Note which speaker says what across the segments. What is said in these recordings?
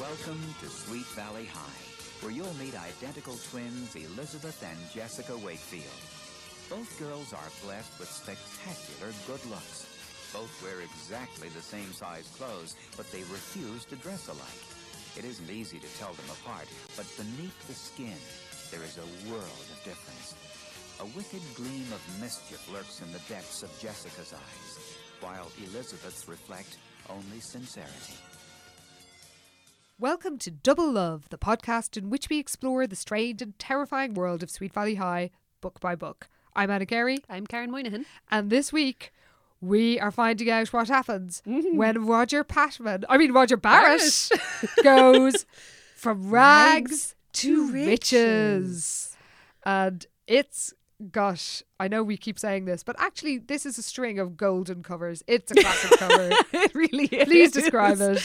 Speaker 1: Welcome to Sweet Valley High, where you'll meet identical twins Elizabeth and Jessica Wakefield. Both girls are blessed with spectacular good looks. Both wear exactly the same size clothes, but they refuse to dress alike. It isn't easy to tell them apart, but beneath the skin, there is a world of difference. A wicked gleam of mischief lurks in the depths of Jessica's eyes, while Elizabeth's reflect only sincerity.
Speaker 2: Welcome to Double Love, the podcast in which we explore the strange and terrifying world of Sweet Valley High, book by book. I'm Anna Gary,
Speaker 3: I'm Karen Moynihan.
Speaker 2: and this week we are finding out what happens
Speaker 3: Mm-hmm.
Speaker 2: when Roger Patman, I mean Roger Barrett, goes from rags to
Speaker 3: to
Speaker 2: riches. And it's got, I know we keep saying this, but actually this is a string of golden covers. It's a classic cover.
Speaker 3: it really is.
Speaker 2: Please describe it.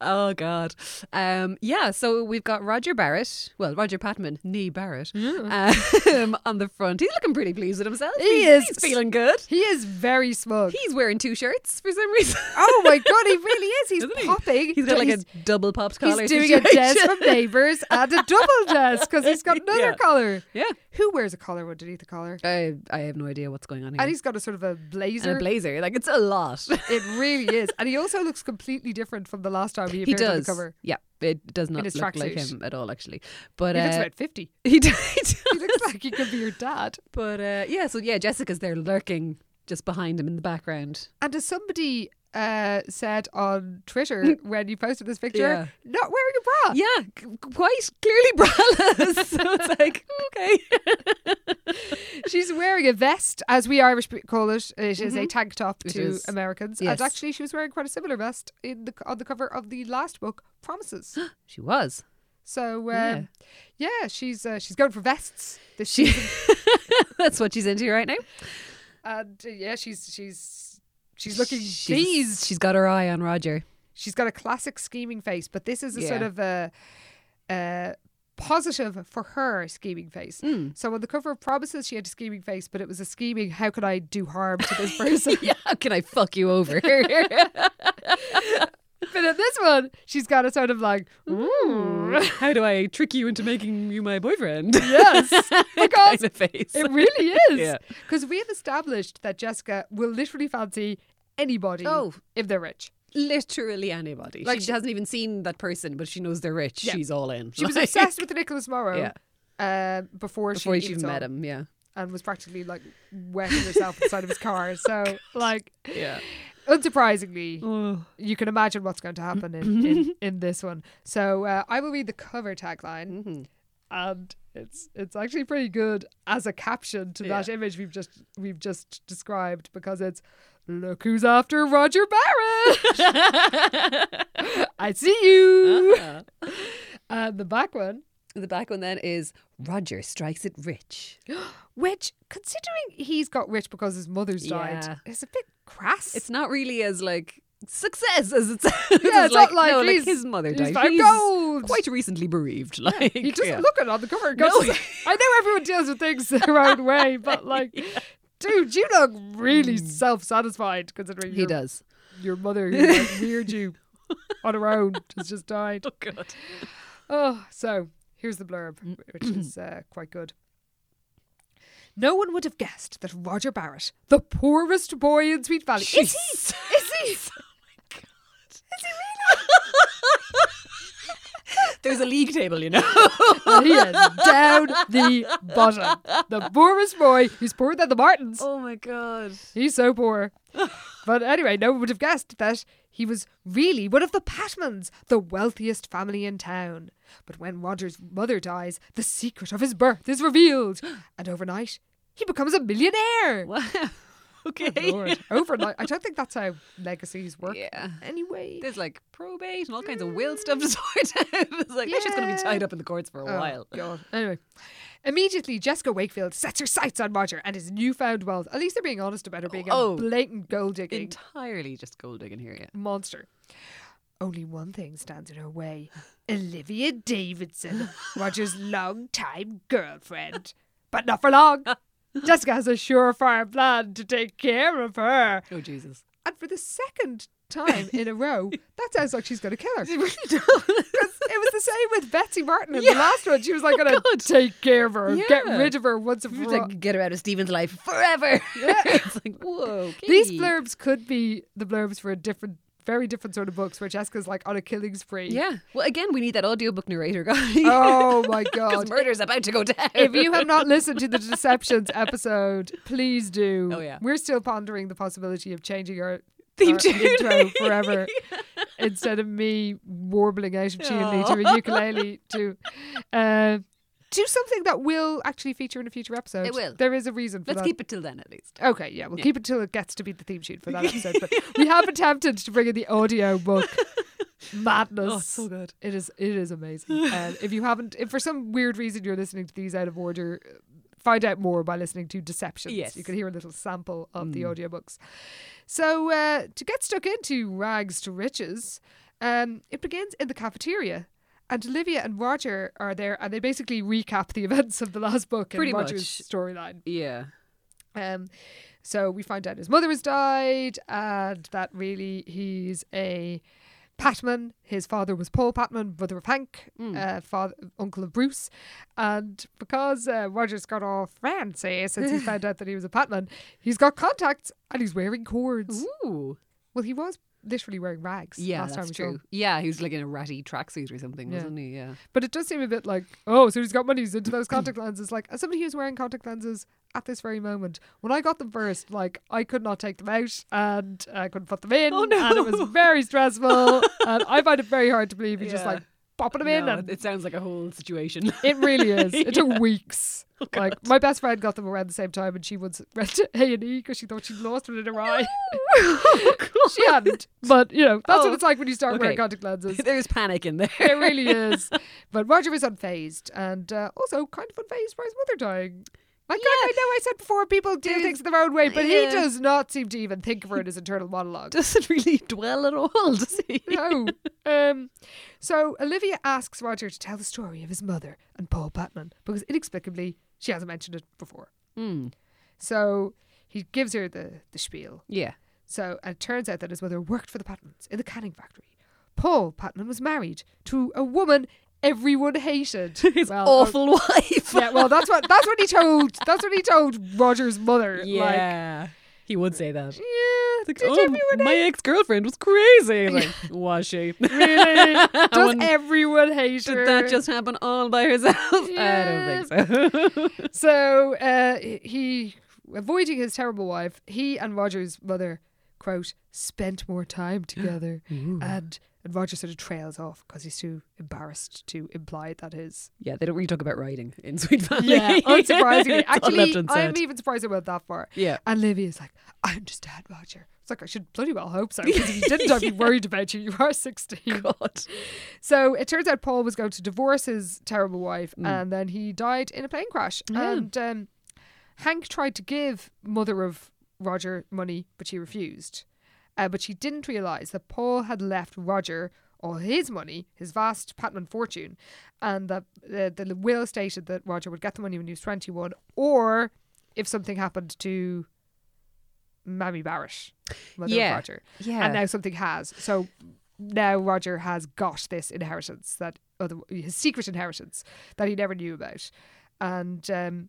Speaker 3: Oh God. Um, yeah. So we've got Roger Barrett. Well, Roger Patman, nee Barrett, um, on the front. He's looking pretty pleased with himself.
Speaker 2: Mm. He
Speaker 3: He's-
Speaker 2: is.
Speaker 3: He's feeling good.
Speaker 2: He is very smug.
Speaker 3: He's wearing two shirts for some reason.
Speaker 2: Oh my god, he really is. He's
Speaker 3: Isn't he?
Speaker 2: popping.
Speaker 3: He's got like
Speaker 2: He's-
Speaker 3: a double popped collar.
Speaker 2: He's doing a desk
Speaker 3: situation.
Speaker 2: from neighbours and a double desk because he's got another
Speaker 3: Yeah.
Speaker 2: collar.
Speaker 3: Yeah.
Speaker 2: Who wears a collar underneath the collar?
Speaker 3: I, I have no idea what's going on here.
Speaker 2: And he's got a sort of a blazer.
Speaker 3: and a blazer. Like it's a lot.
Speaker 2: it really is. And he also looks completely different from the last time he appeared
Speaker 3: he
Speaker 2: on
Speaker 3: does.
Speaker 2: the cover.
Speaker 3: Yeah, it does not
Speaker 2: his
Speaker 3: look like
Speaker 2: tracksuit.
Speaker 3: him at all, actually. But
Speaker 2: He looks
Speaker 3: uh,
Speaker 2: about 50.
Speaker 3: he does.
Speaker 2: He looks like he could be your dad.
Speaker 3: But uh, yeah, so yeah, Jessica's there lurking just behind him in the background.
Speaker 2: And as somebody uh, said on Twitter when you posted this picture,
Speaker 3: Yeah.
Speaker 2: not wearing a bra.
Speaker 3: Yeah, c- quite clearly braless. so it's like okay,
Speaker 2: She's wearing a vest, as we Irish pe- call it. It is a tank top
Speaker 3: Mm-hmm. It
Speaker 2: to
Speaker 3: is.
Speaker 2: Americans.
Speaker 3: Yes.
Speaker 2: And actually, she was wearing quite a similar vest in the, c- on the cover of the last book, Promises.
Speaker 3: she was.
Speaker 2: So,
Speaker 3: Yeah.
Speaker 2: um, yeah. she's uh, she's going for vests this
Speaker 3: She.
Speaker 2: season.
Speaker 3: That's what she's into right now.
Speaker 2: and uh, yeah, she's she's she's looking
Speaker 3: She's-
Speaker 2: pleased.
Speaker 3: She's got her eye on Roger.
Speaker 2: She's got a classic scheming face, but this is a sort
Speaker 3: Yeah.
Speaker 2: of a. a positive for her scheming face.
Speaker 3: Mm.
Speaker 2: So on the cover of Promises, she had a scheming face, but it was a scheming. How could I do harm to this person?
Speaker 3: Yeah, how can I fuck you over?
Speaker 2: But in this one, she's got a sort of like,
Speaker 3: how do I trick you into making you my boyfriend?
Speaker 2: yes,
Speaker 3: Oh
Speaker 2: because
Speaker 3: kind of face.
Speaker 2: it really
Speaker 3: Yeah.
Speaker 2: is. Because we have established that Jessica will literally fancy anybody
Speaker 3: Oh.
Speaker 2: if they're rich.
Speaker 3: Literally anybody.
Speaker 2: Like
Speaker 3: she,
Speaker 2: she-
Speaker 3: hasn't even seen that person, but she knows they're rich.
Speaker 2: Yeah.
Speaker 3: She's all in.
Speaker 2: She was
Speaker 3: Like-
Speaker 2: obsessed with Nicholas Morrow
Speaker 3: Yeah.
Speaker 2: uh, before,
Speaker 3: before
Speaker 2: she,
Speaker 3: she even
Speaker 2: saw
Speaker 3: met him. Yeah,
Speaker 2: and was practically like wetting herself inside of his car. So, like,
Speaker 3: yeah.
Speaker 2: unsurprisingly, you can imagine what's going to happen in, in, in this one. So uh, I will read the cover tagline,
Speaker 3: Mm-hmm.
Speaker 2: and it's it's actually pretty good as a caption to that image we've just we've just described because it's look who's after Roger Barrett. I see you.
Speaker 3: Uh-huh.
Speaker 2: And the back one,
Speaker 3: Uh, The back one then is Roger strikes it rich.
Speaker 2: which considering he's got rich because his mother's died,
Speaker 3: Yeah.
Speaker 2: it's a bit crass.
Speaker 3: It's not really as like success as it sounds.
Speaker 2: Yeah, it's not like
Speaker 3: no,
Speaker 2: he's-
Speaker 3: like his mother
Speaker 2: he's
Speaker 3: died.
Speaker 2: found gold.
Speaker 3: quite recently bereaved. Like
Speaker 2: He doesn't
Speaker 3: yeah.
Speaker 2: look it on the cover. and
Speaker 3: No.
Speaker 2: goes- I know everyone deals with things their own way, but like, dude, you look really self-satisfied considering
Speaker 3: Hmm. He
Speaker 2: your,
Speaker 3: does.
Speaker 2: your mother who like, reared you on her own has just died.
Speaker 3: God.
Speaker 2: Oh, so here's the blurb, which is uh, quite good. No one would have guessed that Roger Barrett, the poorest boy in Sweet Valley, is he? Is he?
Speaker 3: There's a league table, you know.
Speaker 2: he is down the bottom. The poorest boy. He's poorer than the Martins.
Speaker 3: oh my god.
Speaker 2: He's so poor. But anyway, no one would have guessed that he was really one of the Patmans, the wealthiest family in town. But when Roger's mother dies, the secret of his birth is revealed, and overnight, he becomes a millionaire.
Speaker 3: Wow. Okay.
Speaker 2: Lord, overnight. I don't think that's how legacies work.
Speaker 3: Yeah.
Speaker 2: Anyway.
Speaker 3: There's like probate and all kinds of will stuff to sort out. It's like yeah. she's going to be
Speaker 2: Yeah.
Speaker 3: tied up in the courts for a
Speaker 2: Oh,
Speaker 3: while.
Speaker 2: God. Anyway. Immediately, Jessica Wakefield sets her sights on Roger and his newfound wealth. At least they're being honest about her being
Speaker 3: Oh.
Speaker 2: a blatant gold digging
Speaker 3: Entirely just gold digging here, yeah.
Speaker 2: monster. Only one thing stands in her way Olivia Davidson, Roger's longtime girlfriend. But not for long. Jessica has a surefire plan to take care of her.
Speaker 3: Oh Jesus.
Speaker 2: And for the second time in a row, that sounds like she's going to kill her. It was the same with Betsy Martin in the last one. She was like going to take care of her, get
Speaker 3: Yeah.
Speaker 2: rid of her once and
Speaker 3: It's
Speaker 2: for all.
Speaker 3: like get her out of Stephen's life forever. it's like whoa.
Speaker 2: These
Speaker 3: okay.
Speaker 2: blurbs could be the blurbs for a different, very different sort of books where Jessica's like on a killing spree.
Speaker 3: Yeah. Well, again, we need that audiobook narrator guy.
Speaker 2: Oh my
Speaker 3: Because
Speaker 2: god.
Speaker 3: murder's about to go down.
Speaker 2: If you have not listened to the Deceptions episode, please do.
Speaker 3: Oh, yeah.
Speaker 2: We're still pondering the possibility of changing our
Speaker 3: Theme
Speaker 2: our
Speaker 3: tune.
Speaker 2: intro forever. Instead of me warbling out of tune to a ukulele to uh, do something that will actually feature in a future episode.
Speaker 3: It will.
Speaker 2: There is a reason for
Speaker 3: Let's
Speaker 2: that.
Speaker 3: keep it till then, at least.
Speaker 2: Okay, yeah, we'll keep it till it gets to be the theme tune for that episode. But we have attempted to bring in the audio book madness.
Speaker 3: Oh, so good.
Speaker 2: It is. It is amazing. um, if you haven't, if for some weird reason you're listening to these out of order, find out more by listening to Deceptions.
Speaker 3: Yes. Mm.
Speaker 2: you can hear a little sample of the audiobooks. So uh, to get stuck into rags to riches, um, it begins in the cafeteria. And Olivia and Roger are there, and they basically recap the events of the last book
Speaker 3: Pretty
Speaker 2: and Roger's
Speaker 3: much.
Speaker 2: storyline.
Speaker 3: Yeah.
Speaker 2: Um, so we find out his mother has died, and that really he's a Patman. His father was Paul Patman, brother of Hank,
Speaker 3: Hmm.
Speaker 2: uh, father, uncle of Bruce. And because uh, Roger's got all fancy since he found out that he was a Patman, he's got contacts and he's wearing cords.
Speaker 3: Ooh.
Speaker 2: Well, he was literally wearing rags.
Speaker 3: Yeah,
Speaker 2: last time
Speaker 3: that's
Speaker 2: we saw
Speaker 3: true.
Speaker 2: him.
Speaker 3: Yeah, he was like in a ratty tracksuit or something,
Speaker 2: Yeah.
Speaker 3: wasn't he? Yeah.
Speaker 2: But it does seem a bit like, oh, so he's got money, he's into those contact lenses. Like, as somebody who's wearing contact lenses at this very moment, when I got them first, like, I could not take them out and I couldn't put them in.
Speaker 3: Oh, no.
Speaker 2: And it was very stressful. and I find it very hard to believe he's just
Speaker 3: Yeah.
Speaker 2: like popping them in.
Speaker 3: No,
Speaker 2: And
Speaker 3: it sounds like a whole situation.
Speaker 2: it really is. It took weeks.
Speaker 3: Oh,
Speaker 2: like, my best friend got them around the same time and she once went to A&E because she thought she'd lost one in her eye. she hadn't. But, you know, that's
Speaker 3: Oh.
Speaker 2: what it's like when you start
Speaker 3: Okay.
Speaker 2: wearing contact lenses.
Speaker 3: There's panic in there.
Speaker 2: It really is. But Roger is unfazed and uh, also kind of unfazed by his mother dying. Like, I- I, know I said before, people do
Speaker 3: Dude,
Speaker 2: things their own way, but
Speaker 3: yeah.
Speaker 2: he does not seem to even think of her in his internal monologue.
Speaker 3: Doesn't really dwell at all, does he?
Speaker 2: no. Um, so Olivia asks Roger to tell the story of his mother and Paul Batman because inexplicably she hasn't mentioned it before.
Speaker 3: Hmm.
Speaker 2: So he gives her the, the spiel.
Speaker 3: Yeah.
Speaker 2: So and it turns out that his mother worked for the Patmans in the canning factory. Paul Patman was married to a woman everyone hated. His
Speaker 3: Awful wife.
Speaker 2: uh, yeah, well, that's what that's what he told. That's what he told Roger's mother. Like,
Speaker 3: he would say that.
Speaker 2: yeah, did
Speaker 3: oh,
Speaker 2: everyone
Speaker 3: my ex girlfriend was crazy. Like, was she?
Speaker 2: really? Does
Speaker 3: wouldn't-
Speaker 2: everyone hate her?
Speaker 3: Did that just happen all by herself? I don't think so.
Speaker 2: So uh, he, avoiding his terrible wife, he and Roger's mother, quote, spent more time together. and, and Roger sort of trails off because he's too embarrassed to imply that his.
Speaker 3: yeah, they don't really talk about writing in Sweet Valley.
Speaker 2: unsurprisingly.
Speaker 3: It's all
Speaker 2: Actually,
Speaker 3: left unsaid.
Speaker 2: I'm even surprised I went that far.
Speaker 3: Yeah.
Speaker 2: And Livia's like, I understand, Roger. It's like, I should bloody well hope so. Because if you didn't, I'd be worried about you. You are 16.
Speaker 3: God.
Speaker 2: So it turns out Paul was going to divorce his terrible wife,
Speaker 3: Hmm.
Speaker 2: and then he died in a plane crash. And um, Hank tried to give mother of Roger money, but she refused. Uh, but she didn't realize that Paul had left Roger all his money, his vast Patman fortune, and that uh, the will stated that Roger would get the money when he was twenty-one, or if something happened to Mammy Barrett, mother
Speaker 3: Yeah.
Speaker 2: of Roger.
Speaker 3: Yeah.
Speaker 2: And now something has. So now Roger has got this inheritance that other his secret inheritance that he never knew about, and um,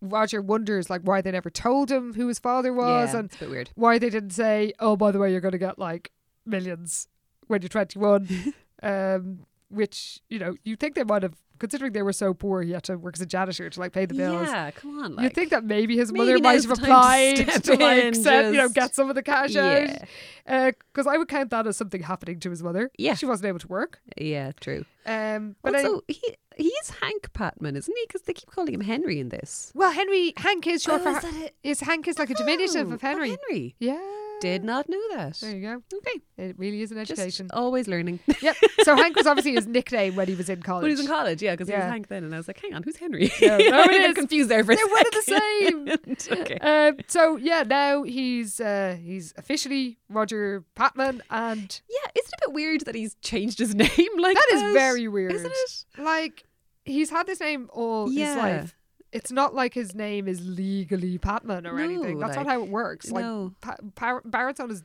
Speaker 2: Roger wonders like why they never told him who his father was
Speaker 3: Yeah,
Speaker 2: and
Speaker 3: it's a bit weird.
Speaker 2: why they didn't say, "Oh, by the way, you're going to get like millions when you're 21." um, which you know you think they might have, considering they were so poor, he had to work as a janitor to like pay the bills.
Speaker 3: Yeah, come on. Like,
Speaker 2: you think that maybe his
Speaker 3: maybe
Speaker 2: mother might
Speaker 3: now's
Speaker 2: have
Speaker 3: the time
Speaker 2: applied
Speaker 3: to
Speaker 2: to,
Speaker 3: step
Speaker 2: like
Speaker 3: in,
Speaker 2: send, you know
Speaker 3: just-
Speaker 2: get some of the cash
Speaker 3: Yeah.
Speaker 2: out because I would count that as something happening to his mother.
Speaker 3: Yeah.
Speaker 2: she wasn't able to work.
Speaker 3: Yeah, true.
Speaker 2: Um, but
Speaker 3: But
Speaker 2: I-
Speaker 3: also, he he is Hank Patman, isn't he? Because they keep calling him Henry in this.
Speaker 2: well, Henry Hank is short
Speaker 3: Oh,
Speaker 2: for
Speaker 3: is
Speaker 2: Ha-
Speaker 3: that it?
Speaker 2: is Hank is like a diminutive
Speaker 3: Oh,
Speaker 2: of Henry.
Speaker 3: Henry.
Speaker 2: Yeah,
Speaker 3: Did not know that.
Speaker 2: there you go.
Speaker 3: Okay,
Speaker 2: It really is an
Speaker 3: just oh.
Speaker 2: education.
Speaker 3: always learning.
Speaker 2: Yep. So Hank was obviously his nickname when he was in college.
Speaker 3: When he was in college, yeah, because he
Speaker 2: Yeah.
Speaker 3: was Hank then, and I was like, hang on, who's Henry?
Speaker 2: Yeah, no,
Speaker 3: I
Speaker 2: it
Speaker 3: got
Speaker 2: is.
Speaker 3: confused there for a
Speaker 2: They're one of the
Speaker 3: second. okay.
Speaker 2: Um, so yeah, now he's uh, he's officially Roger Patman, and
Speaker 3: yeah, isn't it a bit weird that he's changed his name like
Speaker 2: that is
Speaker 3: that?
Speaker 2: very weird,
Speaker 3: Isn't it?
Speaker 2: Like he's had this name all his
Speaker 3: Yeah.
Speaker 2: life. It's not like his name is legally Patman or anything.
Speaker 3: No,
Speaker 2: That's not
Speaker 3: like,
Speaker 2: how it works. Like
Speaker 3: no.
Speaker 2: pa- Par- Barrett's on his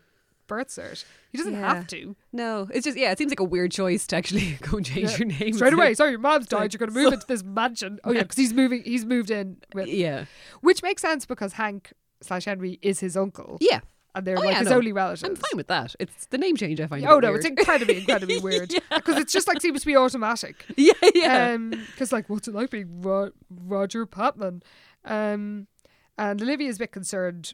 Speaker 2: birth cert. He doesn't
Speaker 3: Yeah.
Speaker 2: have to.
Speaker 3: No, it's just yeah. It seems like a weird choice to actually go and change
Speaker 2: Yeah.
Speaker 3: your name
Speaker 2: Straight
Speaker 3: It's
Speaker 2: away.
Speaker 3: like-
Speaker 2: So your mom's died. You're going to move
Speaker 3: so-
Speaker 2: into this mansion. Oh yeah, because he's moving. He's moved in with
Speaker 3: yeah,
Speaker 2: Which makes sense because Hank slash Henry is his uncle.
Speaker 3: yeah.
Speaker 2: And they're
Speaker 3: Oh,
Speaker 2: like
Speaker 3: yeah,
Speaker 2: his
Speaker 3: no.
Speaker 2: only relatives.
Speaker 3: I'm fine with that. It's the name change I find.
Speaker 2: Oh
Speaker 3: a bit
Speaker 2: no, it's
Speaker 3: weird.
Speaker 2: incredibly, incredibly weird. Because it's just like seems to be automatic.
Speaker 3: yeah, yeah.
Speaker 2: Because like, what's it like being Ro- Roger Patman? Um, and Olivia's a bit concerned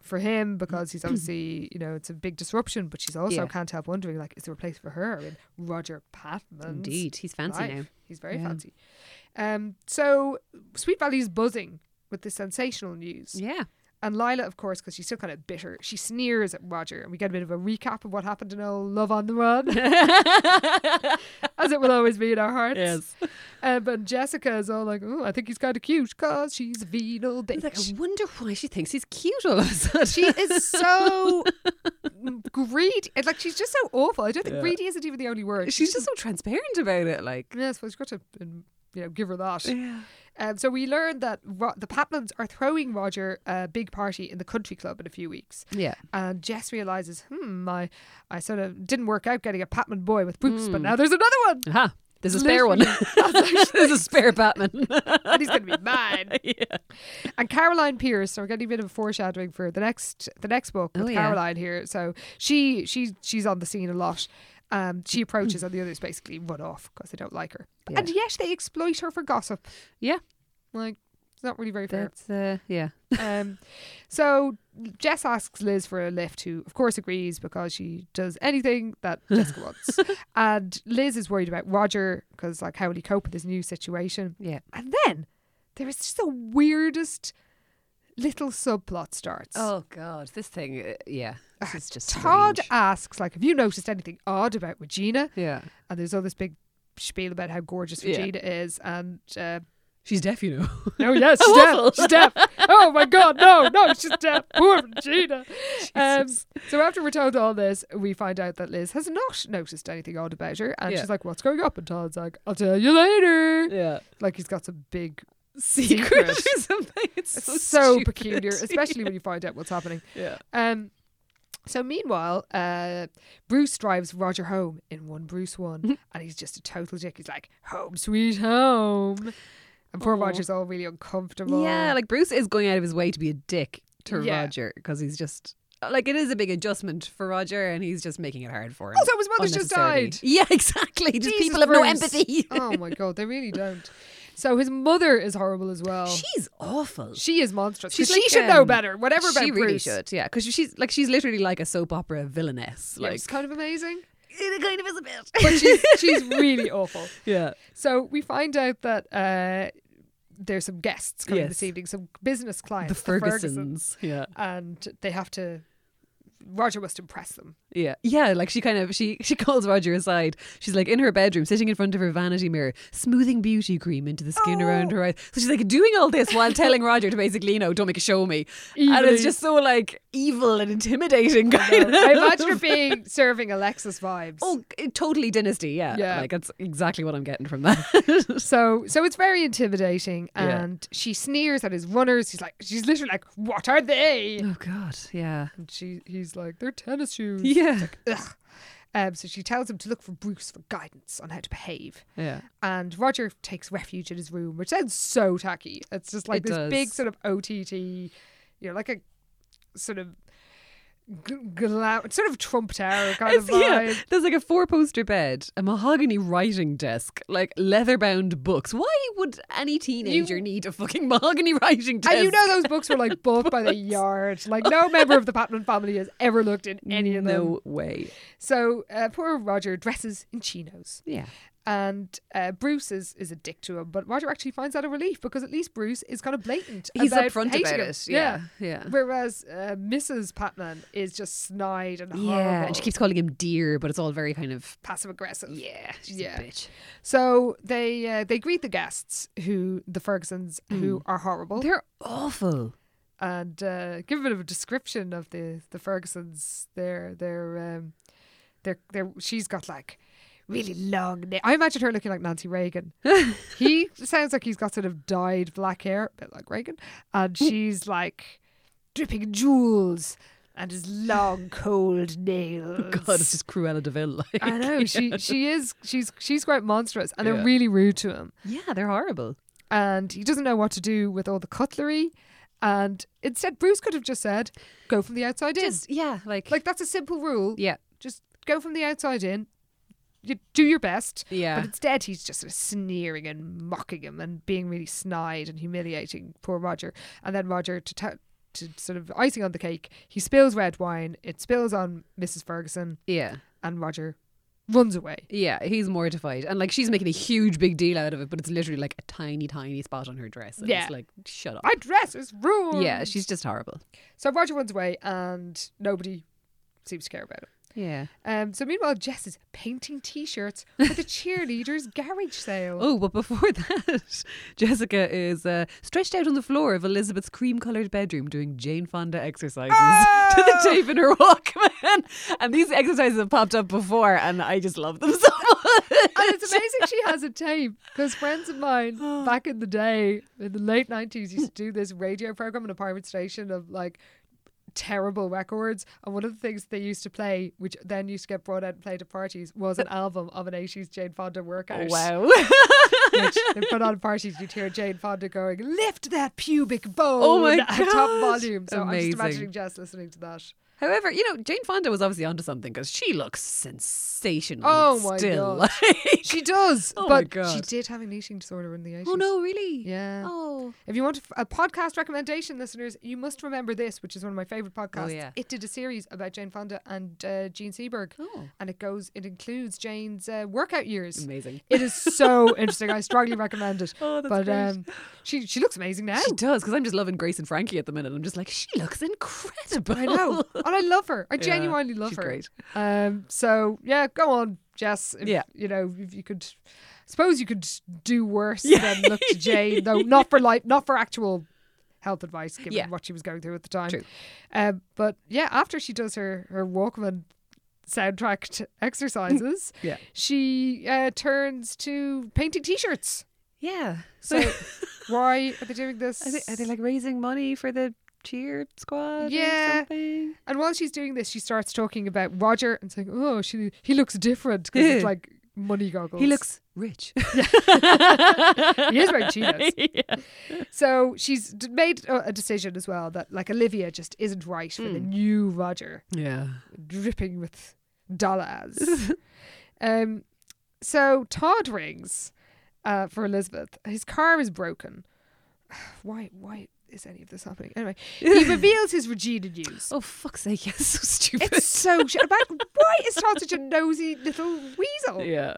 Speaker 2: for him because he's obviously, you know, it's a big disruption. But she's also
Speaker 3: Yeah.
Speaker 2: can't help wondering, like, is there a place for her in Roger Patman?
Speaker 3: Indeed, he's fancy
Speaker 2: life.
Speaker 3: now.
Speaker 2: He's very
Speaker 3: Yeah.
Speaker 2: fancy. Um, so Sweet Valley's buzzing with this sensational news.
Speaker 3: Yeah.
Speaker 2: And Lila, of course, because she's still kind of bitter, she sneers at Roger. And we get a bit of a recap of what happened in old Love on the Run, as it will always be in our hearts.
Speaker 3: yes.
Speaker 2: Um, but Jessica is all like, oh, I think he's kind of cute because she's a venal
Speaker 3: It's like, "Oh, I
Speaker 2: bitch.
Speaker 3: wonder why she thinks he's cute all of a sudden.
Speaker 2: she is so greedy. And, Like, she's just so awful. I don't think
Speaker 3: Yeah.
Speaker 2: greedy isn't even the only word.
Speaker 3: She's just so transparent about it. Like,
Speaker 2: Yeah, I suppose you've got to, um, you know, give her that.
Speaker 3: yeah.
Speaker 2: Um, so we learned that Ro- the Patmans are throwing Roger a big party in the country club in a few weeks.
Speaker 3: Yeah.
Speaker 2: And Jess realizes, hmm, I, I sort of didn't work out getting a Patman boy with boobs,
Speaker 3: Hmm.
Speaker 2: but now there's another one,
Speaker 3: Aha. There's a spare one. There's a spare Batman.
Speaker 2: and he's going to be mine. And Caroline Pierce, so we're getting a bit of a foreshadowing for the next the next book with
Speaker 3: Oh, yeah.
Speaker 2: Caroline here. So she she she's on the scene a lot. Um, she approaches, and the others basically run off because they don't like her.
Speaker 3: Hmm. Yeah.
Speaker 2: And yet they exploit her for gossip.
Speaker 3: yeah.
Speaker 2: Like it's not really very fair.
Speaker 3: That's uh, yeah.
Speaker 2: Um, so Jess asks Liz for a lift, who of course agrees because she does anything that Jessica wants. And Liz is worried about Roger because, like, how will he cope with his new situation?
Speaker 3: Yeah.
Speaker 2: And then there is just the weirdest little subplot starts.
Speaker 3: Oh God, this thing. Uh, yeah. This is just
Speaker 2: Todd
Speaker 3: strange.
Speaker 2: asks, like, have you noticed anything odd about Regina?
Speaker 3: Yeah.
Speaker 2: And there's all this big spiel about how gorgeous
Speaker 3: Yeah.
Speaker 2: Regina is, and uh,
Speaker 3: She's deaf, you know.
Speaker 2: No, Oh, yes, she's deaf. She's deaf. Oh my God, no, no, she's deaf. Poor Regina. Um, so after we're told all this, we find out that Liz has not noticed anything odd about her, and
Speaker 3: Yeah.
Speaker 2: she's like, "What's going up?" And Todd's like, "I'll tell you later."
Speaker 3: yeah.
Speaker 2: Like he's got some big,
Speaker 3: Secret.
Speaker 2: Secret.
Speaker 3: or something. It's so,
Speaker 2: so,
Speaker 3: stupid.
Speaker 2: peculiar, especially when you find out what's happening.
Speaker 3: Yeah.
Speaker 2: Um. So meanwhile, uh, Bruce drives Roger home in one Bruce
Speaker 3: Mm-hmm.
Speaker 2: one, and he's just a total dick. He's like, "Home, sweet home," and poor
Speaker 3: Aw.
Speaker 2: Roger's all really uncomfortable.
Speaker 3: Yeah, like Bruce is going out of his way to be a dick to
Speaker 2: Yeah.
Speaker 3: Roger because he's just uh, like it is a big adjustment for Roger, and he's just making it hard for him.
Speaker 2: Also, his mother's just
Speaker 3: unnecessarily.
Speaker 2: died.
Speaker 3: Yeah, exactly. Just
Speaker 2: Jesus,
Speaker 3: people have no
Speaker 2: Bruce.
Speaker 3: empathy.
Speaker 2: oh my god, they really don't. So his mother is horrible as well. Oh. She,
Speaker 3: She's awful.
Speaker 2: is monstrous. 'Cause
Speaker 3: She's
Speaker 2: she
Speaker 3: like,
Speaker 2: should know
Speaker 3: um,
Speaker 2: better. Whatever about
Speaker 3: she really
Speaker 2: Bruce.
Speaker 3: should, yeah, because she's like she's literally like a soap opera villainess.
Speaker 2: Yeah,
Speaker 3: Like
Speaker 2: it's kind of amazing,
Speaker 3: it kind of is a bit.
Speaker 2: but she's she's really awful.
Speaker 3: yeah,
Speaker 2: So we find out that uh, there's some guests coming this
Speaker 3: Yes.
Speaker 2: evening, some business clients,
Speaker 3: the Fergusons. Yeah,
Speaker 2: and they have to. Roger must impress them.
Speaker 3: yeah, yeah. Like she kind of she she calls Roger aside. She's like in her bedroom, sitting in front of her vanity mirror, smoothing beauty cream into the skin
Speaker 2: Oh.
Speaker 3: around her eyes. So she's like doing all this while telling Roger to basically, you know, don't make a show of me. And
Speaker 2: Evilly.
Speaker 3: it's just so like evil and intimidating.
Speaker 2: I
Speaker 3: Kind of.
Speaker 2: imagine her being serving Alexis vibes.
Speaker 3: Oh, g- totally dynasty. Yeah,
Speaker 2: Yeah.
Speaker 3: Like that's exactly what I'm getting from that.
Speaker 2: So so it's very intimidating,
Speaker 3: Yeah.
Speaker 2: and she sneers at his runners. She's like, she's literally like, "What are they?"
Speaker 3: oh God, yeah,
Speaker 2: And she, he's like, "They're tennis shoes."
Speaker 3: yeah.
Speaker 2: Ugh. Um, so she tells him to look for Bruce for guidance on how to behave.
Speaker 3: Yeah.
Speaker 2: And Roger takes refuge in his room, which sounds so tacky. It's just like
Speaker 3: It
Speaker 2: this
Speaker 3: does.
Speaker 2: big sort of OTT, you know, like a sort of gl- gla- sort of Trump Tower kind
Speaker 3: It's-
Speaker 2: of vibe.
Speaker 3: yeah, there's like a four poster bed, a mahogany writing desk, like leather bound books. Why would any teenager need a fucking mahogany writing desk?
Speaker 2: And you know those books were like bought by the yard. Like no member of the Patman family has ever looked in any of them.
Speaker 3: no way.
Speaker 2: So uh, poor Roger dresses in chinos,
Speaker 3: Yeah.
Speaker 2: and uh, Bruce is, is a dick to him. But Roger actually finds that a relief because at least Bruce is kind of blatant.
Speaker 3: He's
Speaker 2: about
Speaker 3: upfront
Speaker 2: hating
Speaker 3: about
Speaker 2: him.
Speaker 3: it. Yeah, yeah.
Speaker 2: Whereas uh, Mrs. Patman is just snide and horrible.
Speaker 3: Yeah. And she keeps calling him dear, but it's all very kind of "Ah,
Speaker 2: passive aggressive. Yeah,
Speaker 3: she's a bitch.
Speaker 2: So they uh, they greet the guests who the Fergusons who are horrible.
Speaker 3: Mm. They're awful.
Speaker 2: and uh, give a bit of a description of the the Fergusons. Their their um, their their she's got like really long. Na- I imagine her looking like Nancy Reagan. he sounds like he's got sort of dyed black hair, a bit like Reagan, and she's like dripping jewels and his long cold nails.
Speaker 3: God, it's just Cruella Deville. Like.
Speaker 2: I know she she is she's she's quite monstrous and
Speaker 3: Yeah.
Speaker 2: they're really rude to him
Speaker 3: Yeah, they're horrible.
Speaker 2: and he doesn't know what to do with all the cutlery. And instead, Bruce could have just said, "Go from the outside
Speaker 3: Just yeah, like
Speaker 2: in." Like that's a simple rule.
Speaker 3: yeah,
Speaker 2: just go from the outside in. You do your best.
Speaker 3: Yeah.
Speaker 2: But instead, he's just sort of sneering and mocking him and being really snide and humiliating poor Roger. And then Roger to. ta to sort of icing on the cake, he spills red wine. It spills on Mrs. Ferguson,
Speaker 3: yeah,
Speaker 2: and Roger runs away.
Speaker 3: yeah. He's mortified, and like she's making a huge big deal out of it, but it's literally like a tiny, tiny spot on her dress. And
Speaker 2: Yeah.
Speaker 3: it's like shut up.
Speaker 2: My dress is ruined.
Speaker 3: yeah, she's just horrible.
Speaker 2: So Roger runs away, and nobody seems to care about him.
Speaker 3: Yeah.
Speaker 2: Um, so meanwhile, Jess is painting T-shirts for the cheerleaders' garage sale.
Speaker 3: Oh, but before that, Jessica is uh, stretched out on the floor of Elizabeth's cream-colored bedroom doing Jane Fonda exercises to the tape in her Walkman. And these exercises have popped up before, and I just love them so much.
Speaker 2: And it's amazing she has a tape because friends of mine back in the day, in the late nineties, used to do this radio program on a pirate station of like terrible records. And one of the things they used to play, which then used to get brought out and played at parties, was an album of an eighties Jane Fonda workout.
Speaker 3: Oh, Wow.
Speaker 2: Which they put on parties, you'd hear Jane Fonda going, "Lift that pubic bone."
Speaker 3: Oh my
Speaker 2: at top
Speaker 3: God.
Speaker 2: volume. So I'm
Speaker 3: Amazing.
Speaker 2: just imagining Jess listening to that.
Speaker 3: However, you know, Jane Fonda was obviously onto something because she looks sensational.
Speaker 2: Oh my
Speaker 3: still.
Speaker 2: God.
Speaker 3: Like,
Speaker 2: She does,
Speaker 3: Oh my
Speaker 2: but she
Speaker 3: God.
Speaker 2: did have an eating disorder in the 80s.
Speaker 3: oh no, really?
Speaker 2: Yeah.
Speaker 3: Oh.
Speaker 2: If you want a f- a podcast recommendation, listeners, you must remember this, which is one of my favorite podcasts.
Speaker 3: Oh, yeah.
Speaker 2: It did a series about Jane Fonda and uh, Gene Seberg,
Speaker 3: Oh.
Speaker 2: and it goes, it includes Jane's uh, workout years.
Speaker 3: Amazing.
Speaker 2: It is so interesting. I strongly recommend it.
Speaker 3: Oh, that's
Speaker 2: but
Speaker 3: great.
Speaker 2: um, she she looks amazing now.
Speaker 3: She does because I'm just loving Grace and Frankie at the minute. I'm just like, she looks incredible.
Speaker 2: I know, and I love her. I genuinely love
Speaker 3: she's
Speaker 2: her.
Speaker 3: great.
Speaker 2: Um, so yeah, go on, Jess. If,
Speaker 3: Yeah.
Speaker 2: you know, if you could, I suppose you could do worse than look to Jane, though not for life, not for actual health advice, given
Speaker 3: Yeah.
Speaker 2: what she was going through at the time.
Speaker 3: True.
Speaker 2: Um, but yeah, after she does her her Walkman soundtracked exercises,
Speaker 3: Yeah.
Speaker 2: she uh, turns to painting t-shirts.
Speaker 3: Yeah.
Speaker 2: So why are they doing this?
Speaker 3: Are they, are they like raising money for the cheer squad? Or
Speaker 2: Yeah.
Speaker 3: something?
Speaker 2: And while she's doing this, she starts talking about Roger and saying, "Oh, she he looks different because it's
Speaker 3: Yeah.
Speaker 2: like money goggles.
Speaker 3: He looks rich.
Speaker 2: he is wearing chinos." So she's d- made a a decision as well that like Olivia just isn't right for
Speaker 3: Hmm.
Speaker 2: the new Roger,
Speaker 3: Yeah.
Speaker 2: dripping with dollars. um, so Todd rings uh, for Elizabeth. His car is broken. Why? Why? Is any of this happening? Anyway, he reveals his Regina news.
Speaker 3: Oh fuck's sake! Yes, so stupid.
Speaker 2: It's so shit. About why is Todd such a nosy little weasel?
Speaker 3: yeah.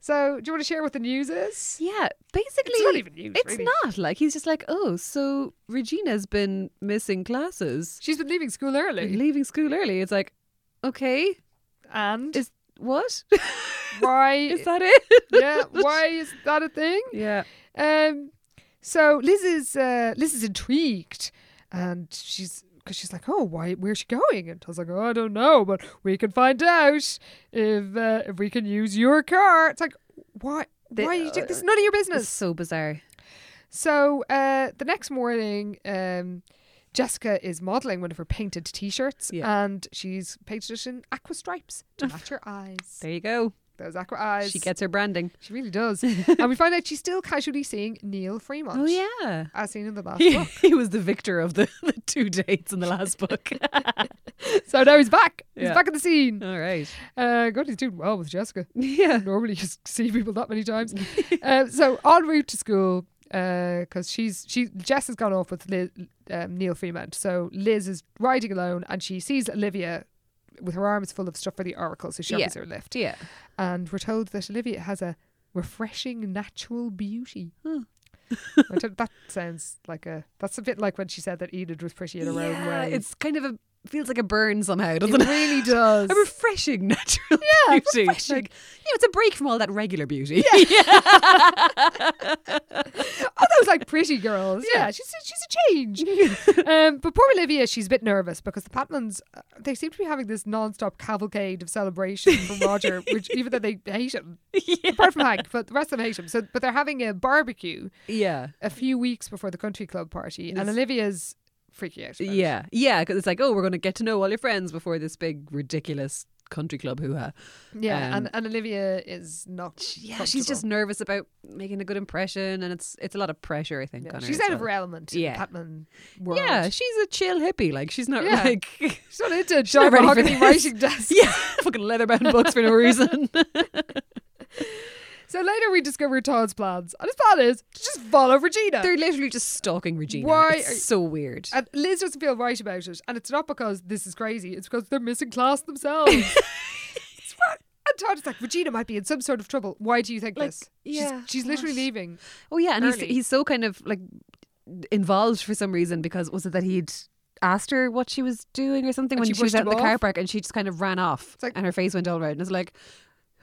Speaker 2: So, do you want to share what the news is?
Speaker 3: Yeah. Basically,
Speaker 2: It's not even news,
Speaker 3: It's
Speaker 2: really.
Speaker 3: not like he's just like, oh, so Regina's been missing classes,
Speaker 2: She's been leaving school
Speaker 3: and
Speaker 2: early,
Speaker 3: leaving school early. It's like, okay,
Speaker 2: and
Speaker 3: is what?
Speaker 2: why?
Speaker 3: is that it?
Speaker 2: yeah, why is that a thing?
Speaker 3: yeah.
Speaker 2: Um, so Liz is uh, Liz is intrigued, and she's because she's like, oh, why? Where's she going? And I was like, oh, I don't know, but we can find out if uh, if we can use your car. It's like, why? Why you take this? is None of your business.
Speaker 3: It's so bizarre.
Speaker 2: So uh, the next morning, um, Jessica is modeling one of her painted t shirts
Speaker 3: Yeah.
Speaker 2: and she's painted it in aqua stripes to match her eyes.
Speaker 3: There you go.
Speaker 2: Those aqua eyes.
Speaker 3: She gets her branding.
Speaker 2: She really does. and we find out she's still casually seeing Neil Fremont.
Speaker 3: Oh yeah.
Speaker 2: As seen in the last
Speaker 3: He,
Speaker 2: book.
Speaker 3: he was the victor of the, the two dates in the last book.
Speaker 2: So now he's back. He's
Speaker 3: Yeah.
Speaker 2: back in the scene.
Speaker 3: All right.
Speaker 2: Uh, God, he's doing well with Jessica.
Speaker 3: Yeah.
Speaker 2: Normally, you just see people that many times. uh, so en route to school, because she's she Jess has gone off with Liz, um, Neil Fremont. So Liz is riding alone, and she sees Olivia with her arms full of stuff for the Oracle. So she offers
Speaker 3: Yeah.
Speaker 2: her a lift,
Speaker 3: Yeah.
Speaker 2: and we're told that Olivia has a refreshing natural beauty. I don't- that sounds like a that's a bit like when she said that Enid was pretty in her own
Speaker 3: Yeah,
Speaker 2: way.
Speaker 3: it's kind of a feels like a burn somehow,
Speaker 2: it
Speaker 3: doesn't it?
Speaker 2: really does.
Speaker 3: A refreshing natural
Speaker 2: Yeah,
Speaker 3: beauty.
Speaker 2: refreshing.
Speaker 3: Like, you know, it's a break from all that regular beauty.
Speaker 2: Oh, those like pretty girls. Yeah, she's a, she's a change. um, but poor Olivia, she's a bit nervous because the Patmans, uh, they seem to be having this non-stop cavalcade of celebration from Roger, which even though they hate him, apart from Hank, but the rest of them hate him. So, but they're having a barbecue
Speaker 3: yeah.
Speaker 2: a few weeks before the country club party, and Olivia's freaking out. about it.
Speaker 3: Yeah, yeah, because it's like, oh, we're going to get to know all your friends before this big ridiculous country club hoo ha.
Speaker 2: yeah,
Speaker 3: Um,
Speaker 2: and, and Olivia is not.
Speaker 3: Yeah, she's just
Speaker 2: comfortable.
Speaker 3: nervous about making a good impression, and it's it's a lot of pressure, I think.
Speaker 2: Yeah,
Speaker 3: on her
Speaker 2: she's
Speaker 3: as
Speaker 2: out of her
Speaker 3: well.
Speaker 2: element.
Speaker 3: Yeah.
Speaker 2: Yeah, Patman world.
Speaker 3: Yeah, she's a chill hippie. Like she's not
Speaker 2: Yeah.
Speaker 3: like
Speaker 2: she's not into a
Speaker 3: not
Speaker 2: giant
Speaker 3: ready for
Speaker 2: mahogany
Speaker 3: this.
Speaker 2: writing desk.
Speaker 3: yeah, fucking leatherbound books for no reason.
Speaker 2: So later we discover Todd's plans, and his plan is to just follow Regina.
Speaker 3: They're literally just stalking Regina.
Speaker 2: Why
Speaker 3: It's
Speaker 2: are- Uh,
Speaker 3: so weird.
Speaker 2: and Liz doesn't feel right about it, and it's not because this is crazy; it's because they're missing class themselves. It's wrong. and Todd is like, Regina might be in some sort of trouble. Why do you think this?
Speaker 3: yeah,
Speaker 2: she's, she's literally
Speaker 3: gosh.
Speaker 2: leaving.
Speaker 3: Oh yeah, and he's
Speaker 2: early.
Speaker 3: he's so kind of like involved for some reason because was it that he'd asked her what she was doing or something
Speaker 2: And
Speaker 3: when
Speaker 2: she
Speaker 3: she, was
Speaker 2: pushed
Speaker 3: out
Speaker 2: him
Speaker 3: in the car
Speaker 2: off?
Speaker 3: park and she just kind of ran off
Speaker 2: like-
Speaker 3: and her face went all red and it's like,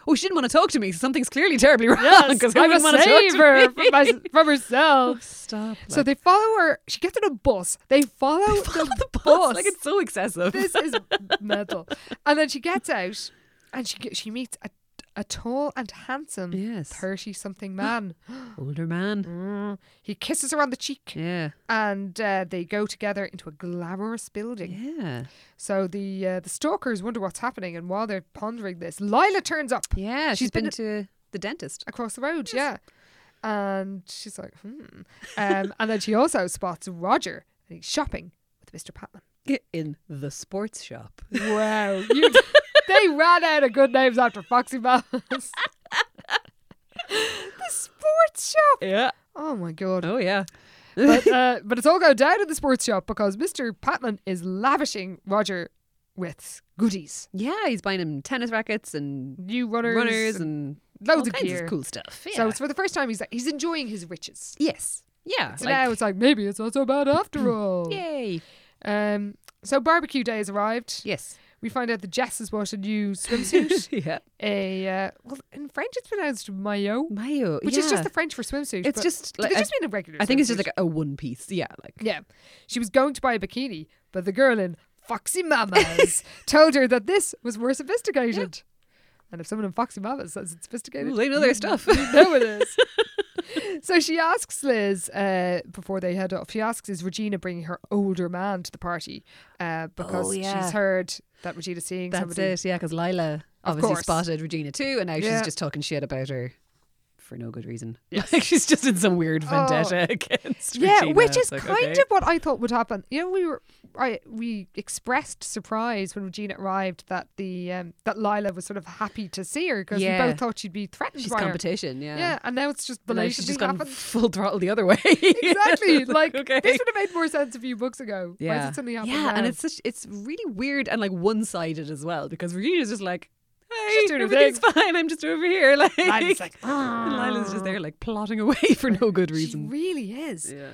Speaker 3: oh, she didn't want to talk to me. So something's clearly terribly wrong because
Speaker 2: I
Speaker 3: I wouldn't
Speaker 2: must
Speaker 3: want to
Speaker 2: save her
Speaker 3: talk to
Speaker 2: from,
Speaker 3: me.
Speaker 2: my, from herself.
Speaker 3: Stop.
Speaker 2: So they follow her. She gets on a bus. They follow, the, bus.
Speaker 3: like it's so excessive.
Speaker 2: this is mental. And then she gets out, and she ge- she meets a, a tall and handsome
Speaker 3: Yes.
Speaker 2: thirty something man.
Speaker 3: Older man.
Speaker 2: Mm. He kisses her on the cheek,
Speaker 3: Yeah.
Speaker 2: and uh, they go together into a glamorous building.
Speaker 3: Yeah.
Speaker 2: So the uh, the stalkers wonder what's happening, and while they're pondering this, Lila turns up
Speaker 3: Yeah.
Speaker 2: She's
Speaker 3: she's been,
Speaker 2: been-
Speaker 3: to the dentist.
Speaker 2: across the road. Yeah, and she's like, hmm. Um, and then she also spots Roger and he's shopping with Mister Patman.
Speaker 3: In the sports shop.
Speaker 2: Wow, you, they ran out of good names after Foxy Mouse. the sports shop.
Speaker 3: Yeah.
Speaker 2: Oh my god.
Speaker 3: Oh yeah.
Speaker 2: but, uh, but it's all going down in the sports shop because Mr. Patman is lavishing Roger with goodies.
Speaker 3: Yeah. He's buying him tennis rackets and
Speaker 2: New runners,
Speaker 3: runners and
Speaker 2: loads
Speaker 3: all
Speaker 2: of
Speaker 3: kinds
Speaker 2: gear.
Speaker 3: cool stuff. Yeah.
Speaker 2: So it's for the first time he's like, he's enjoying his riches.
Speaker 3: yes, yeah.
Speaker 2: So now it's like maybe it's not so bad after all.
Speaker 3: yay.
Speaker 2: Um. So barbecue day has arrived.
Speaker 3: Yes.
Speaker 2: We find out that Jess has bought a new swimsuit.
Speaker 3: yeah.
Speaker 2: a uh, well, in French it's pronounced maillot,
Speaker 3: Mayo,
Speaker 2: which is just the French for swimsuit.
Speaker 3: It's
Speaker 2: but-
Speaker 3: just
Speaker 2: do
Speaker 3: like-
Speaker 2: they
Speaker 3: I-
Speaker 2: just mean a regular.
Speaker 3: I think it's just
Speaker 2: swimsuit?
Speaker 3: like a one piece. Yeah. Like.
Speaker 2: Yeah. She was going to buy a bikini, but the girl in Foxy Mamas told her that this was more sophisticated. And if someone in Foxy Mamas says it's sophisticated,
Speaker 3: Ooh, they know
Speaker 2: you-
Speaker 3: their stuff.
Speaker 2: you know it is. so she asks Liz uh, before they head off. She asks, "Is Regina bringing her older man to the party?" Uh, because
Speaker 3: Oh, yeah.
Speaker 2: she's heard that Regina's seeing
Speaker 3: That's
Speaker 2: somebody.
Speaker 3: it. Yeah, because Lila obviously
Speaker 2: course.
Speaker 3: spotted Regina too, and now
Speaker 2: Yeah.
Speaker 3: she's just talking shit about her for no good reason. Like she's just in some weird vendetta against
Speaker 2: Yeah,
Speaker 3: Regina.
Speaker 2: which is
Speaker 3: It's like,
Speaker 2: kind
Speaker 3: okay.
Speaker 2: of what I thought would happen. You know, we were I we expressed surprise when Regina arrived that the um, that Lila was sort of happy to see her because
Speaker 3: Yeah.
Speaker 2: we both thought she'd be threatened
Speaker 3: she's
Speaker 2: by
Speaker 3: competition.
Speaker 2: her.
Speaker 3: Yeah.
Speaker 2: Yeah, and now it's just
Speaker 3: And now she's
Speaker 2: belatedly
Speaker 3: just gone
Speaker 2: happened.
Speaker 3: full throttle the other way.
Speaker 2: Exactly. Like
Speaker 3: okay.
Speaker 2: this would have made more sense a few books ago. Why is it suddenly happening?
Speaker 3: Yeah, and
Speaker 2: now?
Speaker 3: it's such, it's really weird and like one sided as well because Regina's just like,
Speaker 2: She's
Speaker 3: hey,
Speaker 2: doing her
Speaker 3: everything's
Speaker 2: thing."
Speaker 3: fine. I'm just over here. Like,
Speaker 2: Lila's like, ah,
Speaker 3: and Lila's just there like plotting away for no good
Speaker 2: she
Speaker 3: reason.
Speaker 2: really is.
Speaker 3: yeah.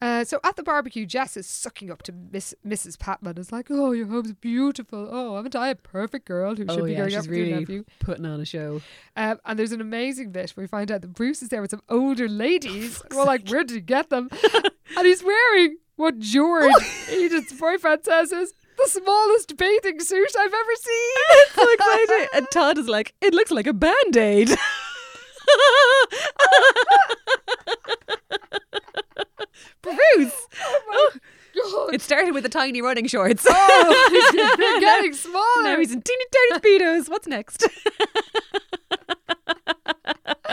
Speaker 2: Uh, so at the barbecue, Jess is sucking up to Miss Mrs. Patman. Is like, oh, your home's beautiful. Oh, haven't I a perfect girl who should
Speaker 3: Oh
Speaker 2: be
Speaker 3: yeah,
Speaker 2: going out
Speaker 3: she's
Speaker 2: with your
Speaker 3: really
Speaker 2: nephew?
Speaker 3: putting on a show.
Speaker 2: Um, and there's an amazing bit where we find out that Bruce is there with some older ladies. and we're like, where did you get them? and he's wearing what George, Edith's boyfriend, says is the smallest bathing suit I've ever seen.
Speaker 3: So excited! and Todd is like, it looks like a band aid. Bruce,
Speaker 2: Oh, God.
Speaker 3: It started with the tiny running shorts.
Speaker 2: Oh, they're getting smaller.
Speaker 3: now he's in teeny tiny speedos. What's next?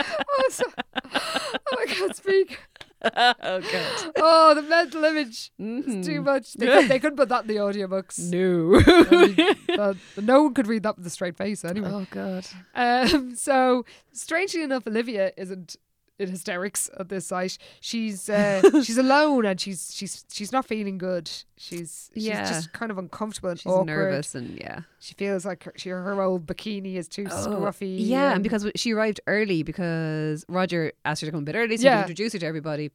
Speaker 2: oh, so- oh, I can't speak.
Speaker 3: oh god.
Speaker 2: Oh, the mental image. It's too much. They, could, they couldn't put that in the audiobooks.
Speaker 3: Mm-hmm. No.
Speaker 2: That- no one could read that with a straight face anyway.
Speaker 3: oh god.
Speaker 2: Um, so, strangely enough, Olivia isn't in hysterics at this site. She's uh, she's alone and she's she's she's not feeling good. She's she's
Speaker 3: Yeah.
Speaker 2: just kind of uncomfortable and
Speaker 3: She's
Speaker 2: awkward.
Speaker 3: nervous and yeah.
Speaker 2: She feels like her, she, her old bikini is too scruffy.
Speaker 3: Oh, Yeah, and because she arrived early because Roger asked her to come a bit early so he
Speaker 2: Yeah.
Speaker 3: could introduce her to everybody.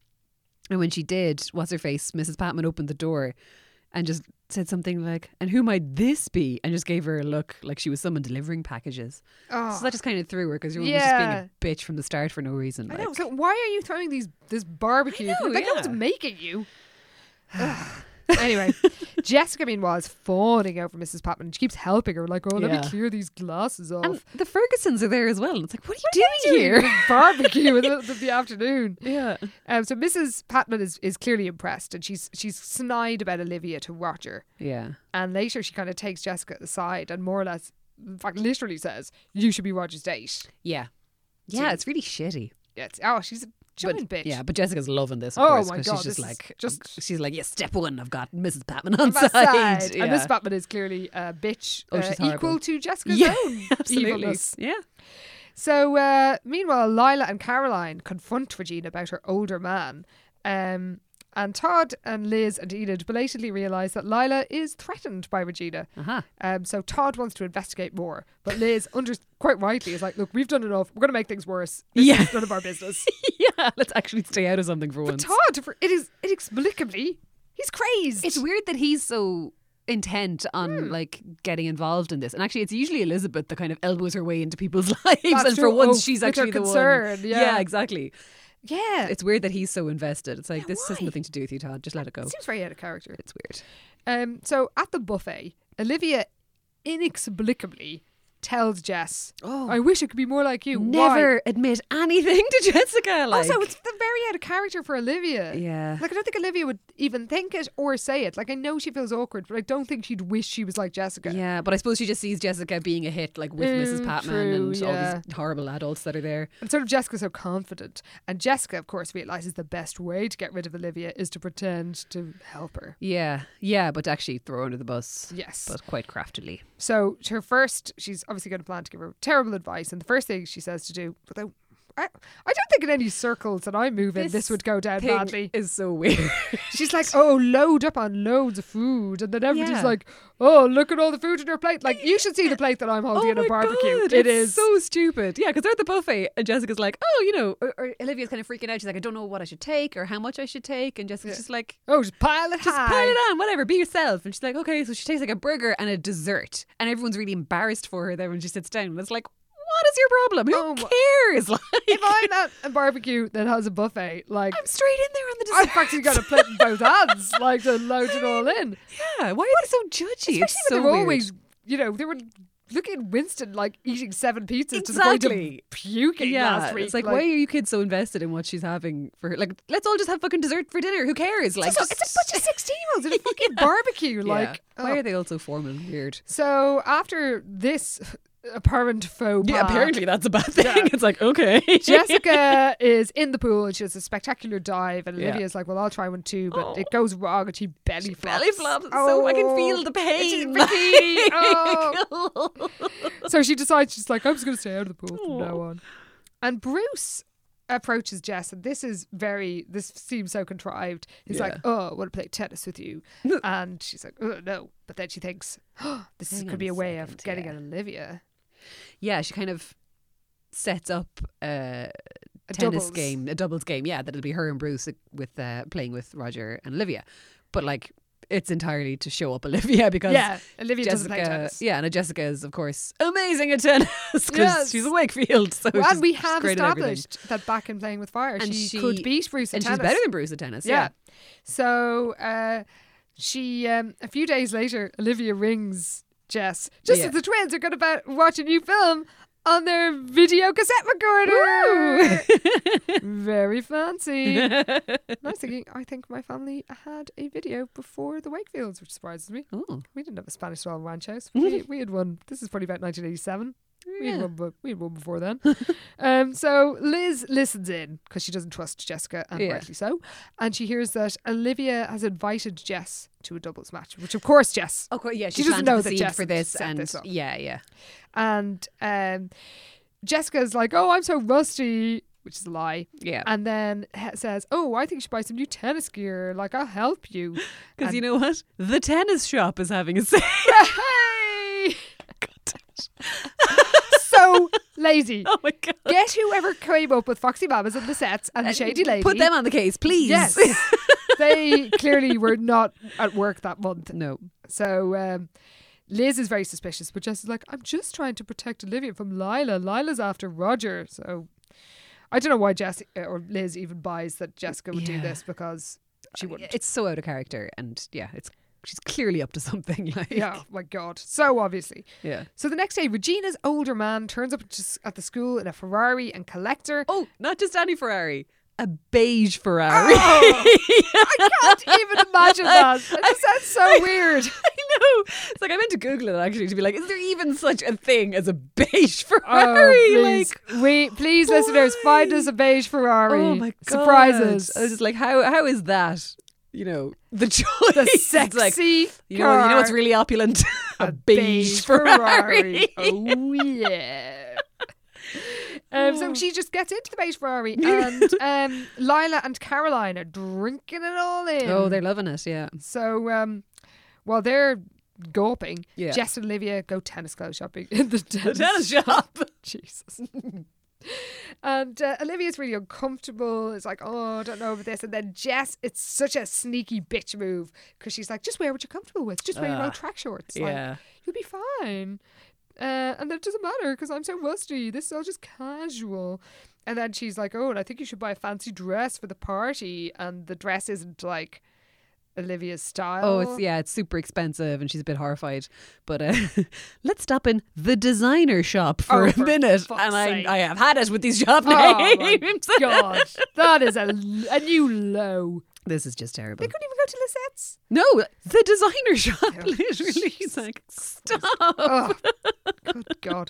Speaker 3: And when she did, what's her face? Mrs. Patman opened the door and just said something like, "And who might this be?" and just gave her a look like she was someone delivering packages.
Speaker 2: oh,
Speaker 3: So that just kind of threw her because everyone
Speaker 2: Yeah.
Speaker 3: was just being a bitch from the start for no reason.
Speaker 2: I
Speaker 3: like.
Speaker 2: know. So why are you throwing these this barbecue?
Speaker 3: I know,
Speaker 2: like no one's
Speaker 3: yeah.
Speaker 2: making you. Ugh. anyway, Jessica meanwhile is fawning over Mrs. Patman. and She keeps helping her, like, "Oh, let me
Speaker 3: Yeah.
Speaker 2: clear these glasses off."
Speaker 3: and the Fergusons are there as well. And it's like, what are you doing
Speaker 2: Doing
Speaker 3: here?
Speaker 2: the barbecue in the, middle of the afternoon.
Speaker 3: Yeah.
Speaker 2: Um, so Mrs. Patman is, is clearly impressed, and she's she's snide about Olivia to Roger.
Speaker 3: Yeah.
Speaker 2: And later, she kind of takes Jessica aside and more or less, in fact, literally says, "You should be Roger's date."
Speaker 3: Yeah. Yeah, it's really shitty.
Speaker 2: It's oh, she's a giant
Speaker 3: But,
Speaker 2: bitch.
Speaker 3: Yeah, but Jessica's loving this. Of
Speaker 2: Oh
Speaker 3: course,
Speaker 2: my
Speaker 3: 'cause
Speaker 2: God,
Speaker 3: She's just
Speaker 2: this is
Speaker 3: like, uh,
Speaker 2: just-
Speaker 3: she's like, yeah, step one. I've got Mrs. Patman on
Speaker 2: That
Speaker 3: side.
Speaker 2: side.
Speaker 3: Yeah.
Speaker 2: And Miss Batman is clearly a bitch
Speaker 3: Oh,
Speaker 2: uh,
Speaker 3: she's
Speaker 2: equal
Speaker 3: horrible.
Speaker 2: to Jessica's
Speaker 3: yeah,
Speaker 2: own
Speaker 3: absolutely.
Speaker 2: evilness.
Speaker 3: Yeah,
Speaker 2: So, uh, meanwhile, Lila and Caroline confront Regina about her older man. Um, and Todd and Liz and Enid belatedly realise that Lila is threatened by Regina.
Speaker 3: Uh-huh.
Speaker 2: Um, so Todd wants to investigate more. But Liz, under- quite rightly, is like, look, we've done enough. We're going to make things worse. This
Speaker 3: Yeah.
Speaker 2: is none of our business.
Speaker 3: yeah. Let's actually stay out of something for once.
Speaker 2: Todd, for, it is inexplicably, he's crazed.
Speaker 3: it's weird that he's so intent on like getting involved in this, and actually, it's usually Elizabeth that kind of elbows her way into people's lives,
Speaker 2: That's
Speaker 3: and for
Speaker 2: true.
Speaker 3: once,
Speaker 2: Oh,
Speaker 3: she's
Speaker 2: with her
Speaker 3: actually the
Speaker 2: concern,
Speaker 3: one.
Speaker 2: yeah.
Speaker 3: exactly.
Speaker 2: yeah.
Speaker 3: It's weird that he's so invested. It's like
Speaker 2: Yeah,
Speaker 3: this has
Speaker 2: why?
Speaker 3: nothing to do with you, Todd. Just let it go.
Speaker 2: seems very out of character.
Speaker 3: It's weird.
Speaker 2: Um, so at the buffet, Olivia inexplicably tells Jess,
Speaker 3: Oh.
Speaker 2: I wish it could be more like you. Why?
Speaker 3: Never admit anything to Jessica. Like.
Speaker 2: Also, it's the very out of character for Olivia.
Speaker 3: Yeah.
Speaker 2: Like, I don't think Olivia would even think it or say it. Like, I know she feels awkward, but I don't think she'd wish she was like Jessica.
Speaker 3: Yeah, but I suppose she just sees Jessica being a hit, like with
Speaker 2: Mm,
Speaker 3: Mrs. Patman
Speaker 2: true,
Speaker 3: and
Speaker 2: yeah.
Speaker 3: all these horrible adults that are there.
Speaker 2: And sort of Jessica's so confident. And Jessica, of course, realizes the best way to get rid of Olivia is to pretend to help her.
Speaker 3: Yeah, yeah, but actually throw under the bus.
Speaker 2: Yes.
Speaker 3: but quite craftily.
Speaker 2: So to her first, she's obviously going to plan to give her terrible advice, and the first thing she says to do, but I, I, I don't think in any circles that I move in, this would go down
Speaker 3: thing
Speaker 2: badly.
Speaker 3: Is so weird.
Speaker 2: she's like, oh, load up on loads of food, and then everybody's
Speaker 3: Yeah.
Speaker 2: like, oh, look at all the food in her plate. Like you should see the plate that I'm holding in a barbecue.
Speaker 3: Oh God,
Speaker 2: it
Speaker 3: it's
Speaker 2: is.
Speaker 3: so stupid. Yeah, because they're at the buffet, and Jessica's like, "Oh, you know," or, or Olivia's kind of freaking out. She's like, "I don't know what I should take or how much I should take," and Jessica's just like,
Speaker 2: Oh, just pile it
Speaker 3: Just
Speaker 2: high.
Speaker 3: pile it on, whatever, be yourself. And she's like, okay, so she takes like a burger and a dessert, and everyone's really embarrassed for her then when she sits down. And it's like, what is your problem?
Speaker 2: Oh,
Speaker 3: Who
Speaker 2: wha-
Speaker 3: cares? Like,
Speaker 2: If I'm at a barbecue that has a buffet, like
Speaker 3: I'm straight in there on the dessert.
Speaker 2: I've actually got a plate in both hands, like to load it all in.
Speaker 3: Yeah, why are they so judgy?
Speaker 2: Especially
Speaker 3: It's so
Speaker 2: when they're
Speaker 3: weird.
Speaker 2: always, you know, they were looking at Winston like eating seven pizzas to the point
Speaker 3: Exactly.
Speaker 2: of puking
Speaker 3: yeah,
Speaker 2: last week.
Speaker 3: it's like, why are you kids so invested in what she's having for her? Like, let's all just have fucking dessert for dinner. Who cares? Like,
Speaker 2: it's, a- it's a bunch of sixteen-year-olds at a fucking barbecue.
Speaker 3: Yeah.
Speaker 2: Like,
Speaker 3: why
Speaker 2: oh.
Speaker 3: are they all so formal and weird?
Speaker 2: So after this apparent faux pas,
Speaker 3: Yeah, apparently that's a bad thing. It's like, okay.
Speaker 2: Jessica is in the pool and she has a spectacular dive, and
Speaker 3: Yeah. Oh.
Speaker 2: Olivia's like, "Well, I'll try one too," but it goes wrong and she belly flops.
Speaker 3: belly flops. So I can feel the
Speaker 2: Oh, it's
Speaker 3: pain.
Speaker 2: really- oh. So she decides she's like, I'm just going to stay out of the pool from now
Speaker 3: Oh.
Speaker 2: on. And Bruce approaches Jess, and this is very, this seems so contrived. He's like, Oh, I want to play tennis with you. and she's like, Oh, no. But then she thinks, oh, This
Speaker 3: Hang
Speaker 2: could
Speaker 3: on
Speaker 2: be
Speaker 3: a
Speaker 2: a way of
Speaker 3: second,
Speaker 2: getting
Speaker 3: yeah.
Speaker 2: at Olivia.
Speaker 3: yeah, she kind of sets up uh, a tennis
Speaker 2: doubles.
Speaker 3: game, a doubles game. Yeah, that'll be her and Bruce uh, with uh, playing with Roger and Olivia. But like, it's entirely to show up Olivia because
Speaker 2: Yeah, Olivia doesn't play
Speaker 3: Jessica,
Speaker 2: tennis.
Speaker 3: yeah, and Jessica is of course amazing at tennis because
Speaker 2: Yes.
Speaker 3: she's a Wakefield. So
Speaker 2: Well,
Speaker 3: she's,
Speaker 2: and we
Speaker 3: she's
Speaker 2: have
Speaker 3: great at everything.
Speaker 2: established that back in Playing with Fire,
Speaker 3: And
Speaker 2: she, could
Speaker 3: she-
Speaker 2: beat Bruce at
Speaker 3: and
Speaker 2: tennis.
Speaker 3: she's better than Bruce at tennis.
Speaker 2: Yeah.
Speaker 3: Yeah,
Speaker 2: So uh, she, um, a few days later, Olivia rings Jess just
Speaker 3: Yeah.
Speaker 2: as the twins are going to watch a new film. on their video cassette recorder. Very fancy. and I was thinking, I think my family had a video before the Wakefields, which surprises me.
Speaker 3: Oh.
Speaker 2: We didn't have a Spanish style ranch house. We, we had one. This is probably about 1987. We had
Speaker 3: Yeah.
Speaker 2: one, but we had one before then. um, so Liz listens in because she doesn't trust Jessica, and
Speaker 3: Yeah.
Speaker 2: rightly so. And she hears that Olivia has invited Jess to a doubles match, which of course Jess.
Speaker 3: Oh, yeah,
Speaker 2: She
Speaker 3: she,
Speaker 2: doesn't
Speaker 3: doesn't
Speaker 2: know
Speaker 3: know
Speaker 2: that Jess
Speaker 3: for this,
Speaker 2: set
Speaker 3: and
Speaker 2: this up.
Speaker 3: yeah, yeah,
Speaker 2: And um, Jessica's like, "Oh, I'm so rusty," which is a lie.
Speaker 3: yeah.
Speaker 2: And then he- says, "Oh, I think you should buy some new tennis gear. Like I'll help you."
Speaker 3: Because you know what, the tennis shop is having a sale.
Speaker 2: Hey! so lazy.
Speaker 3: oh my god!
Speaker 2: Get whoever came up with Foxy Mamas and the sets and the Shady Lady.
Speaker 3: Uh, Put them on the case, please.
Speaker 2: Yes. they clearly were not at work that month.
Speaker 3: no.
Speaker 2: So um, Liz is very suspicious, but Jess is like, I'm just trying to protect Olivia from Lila. Lila's after Roger. So I don't know why Jess uh, or Liz even buys that Jessica would do
Speaker 3: Yeah.
Speaker 2: this because she wouldn't.
Speaker 3: It's so out of character, and yeah, it's she's clearly up to something. Like,
Speaker 2: yeah, oh my God. So obviously.
Speaker 3: yeah.
Speaker 2: So the next day, Regina's older man turns up to s- at the school in a Ferrari and collects her.
Speaker 3: Oh, not just any Ferrari, a beige Ferrari.
Speaker 2: Oh! I can't even imagine that. It just sounds so weird.
Speaker 3: I know. It's like I meant to Google it actually to be like, is there even such a thing as a beige Ferrari?
Speaker 2: Oh,
Speaker 3: like,
Speaker 2: please, we please, listeners, find us a beige Ferrari.
Speaker 3: oh my god!
Speaker 2: Surprises.
Speaker 3: I was just like, how how is that? You know, the choice.
Speaker 2: the
Speaker 3: It's like,
Speaker 2: sexy
Speaker 3: you know, you know what's
Speaker 2: car,
Speaker 3: really opulent? a, beige, Ferrari.
Speaker 2: Oh yeah. Um,
Speaker 3: Oh.
Speaker 2: so she just gets into the beige Ferrari, and um, Lila and Caroline are drinking it all in.
Speaker 3: Oh, they're loving it. Yeah.
Speaker 2: So um, while they're gawping,
Speaker 3: Yeah.
Speaker 2: Jess and Olivia go tennis clothes shopping in the tennis,
Speaker 3: shop.
Speaker 2: Jesus. and uh, Olivia's really uncomfortable. It's like, oh, I don't know about this. And then Jess, it's such a sneaky bitch move because she's like, just wear what you're comfortable with. Just wear your old
Speaker 3: Ugh.
Speaker 2: track shorts. Like,
Speaker 3: Yeah.
Speaker 2: you'll be fine. Uh, and that doesn't matter because I'm so rusty. This is all just casual. And then she's like, oh, and I think you should buy a fancy dress for the party. And the dress isn't like Olivia's style.
Speaker 3: Oh, it's yeah, it's super expensive, and she's a bit horrified. But uh, let's stop in the designer shop for
Speaker 2: Oh,
Speaker 3: a
Speaker 2: for
Speaker 3: minute,
Speaker 2: fuck's
Speaker 3: and I,
Speaker 2: sake.
Speaker 3: I have had it with these shop
Speaker 2: Oh my
Speaker 3: names.
Speaker 2: god, that is a, a new low.
Speaker 3: This is just terrible.
Speaker 2: They couldn't even go to Lisette's.
Speaker 3: No, the designer shop. Literally, he's like, stop.
Speaker 2: Oh, good God.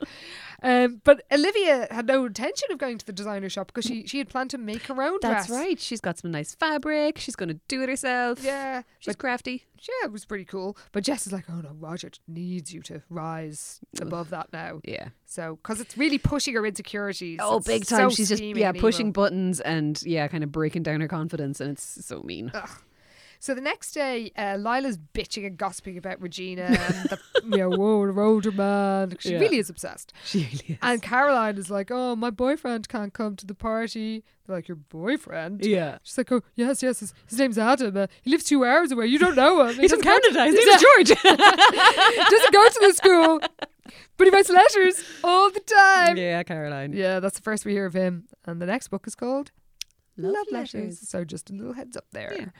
Speaker 2: Um, but Olivia had no intention of going to the designer shop because she, she had planned to make her own dress.
Speaker 3: That's right. She's got some nice fabric. She's going to do it herself.
Speaker 2: Yeah.
Speaker 3: she's crafty.
Speaker 2: Yeah, it was pretty cool. But Jess is like, oh no, Roger needs you to rise above that now.
Speaker 3: Yeah.
Speaker 2: So, because it's really pushing her insecurities.
Speaker 3: Oh,
Speaker 2: It's
Speaker 3: big time.
Speaker 2: so
Speaker 3: she's just
Speaker 2: scheming
Speaker 3: yeah
Speaker 2: and evil.
Speaker 3: pushing buttons and yeah, kind of breaking down her confidence, and it's so mean.
Speaker 2: So the next day, uh, Lila's bitching and gossiping about Regina and the, you know, whoa, her older man. She
Speaker 3: Yeah.
Speaker 2: really is obsessed.
Speaker 3: She really is.
Speaker 2: And Caroline is like, oh, my boyfriend can't come to the party. They're like, your boyfriend?
Speaker 3: yeah.
Speaker 2: She's like, oh, yes, yes, his, his name's Adam. Uh, he lives two hours away. You don't know him. He
Speaker 3: He's from
Speaker 2: doesn't go
Speaker 3: Canada. His
Speaker 2: to-
Speaker 3: name is George.
Speaker 2: doesn't go to the school, but he writes letters all the time. Yeah.
Speaker 3: yeah, Caroline.
Speaker 2: that's the first we hear of him. And the next book is called Love, letters.
Speaker 3: Letters.
Speaker 2: So just a little heads up there.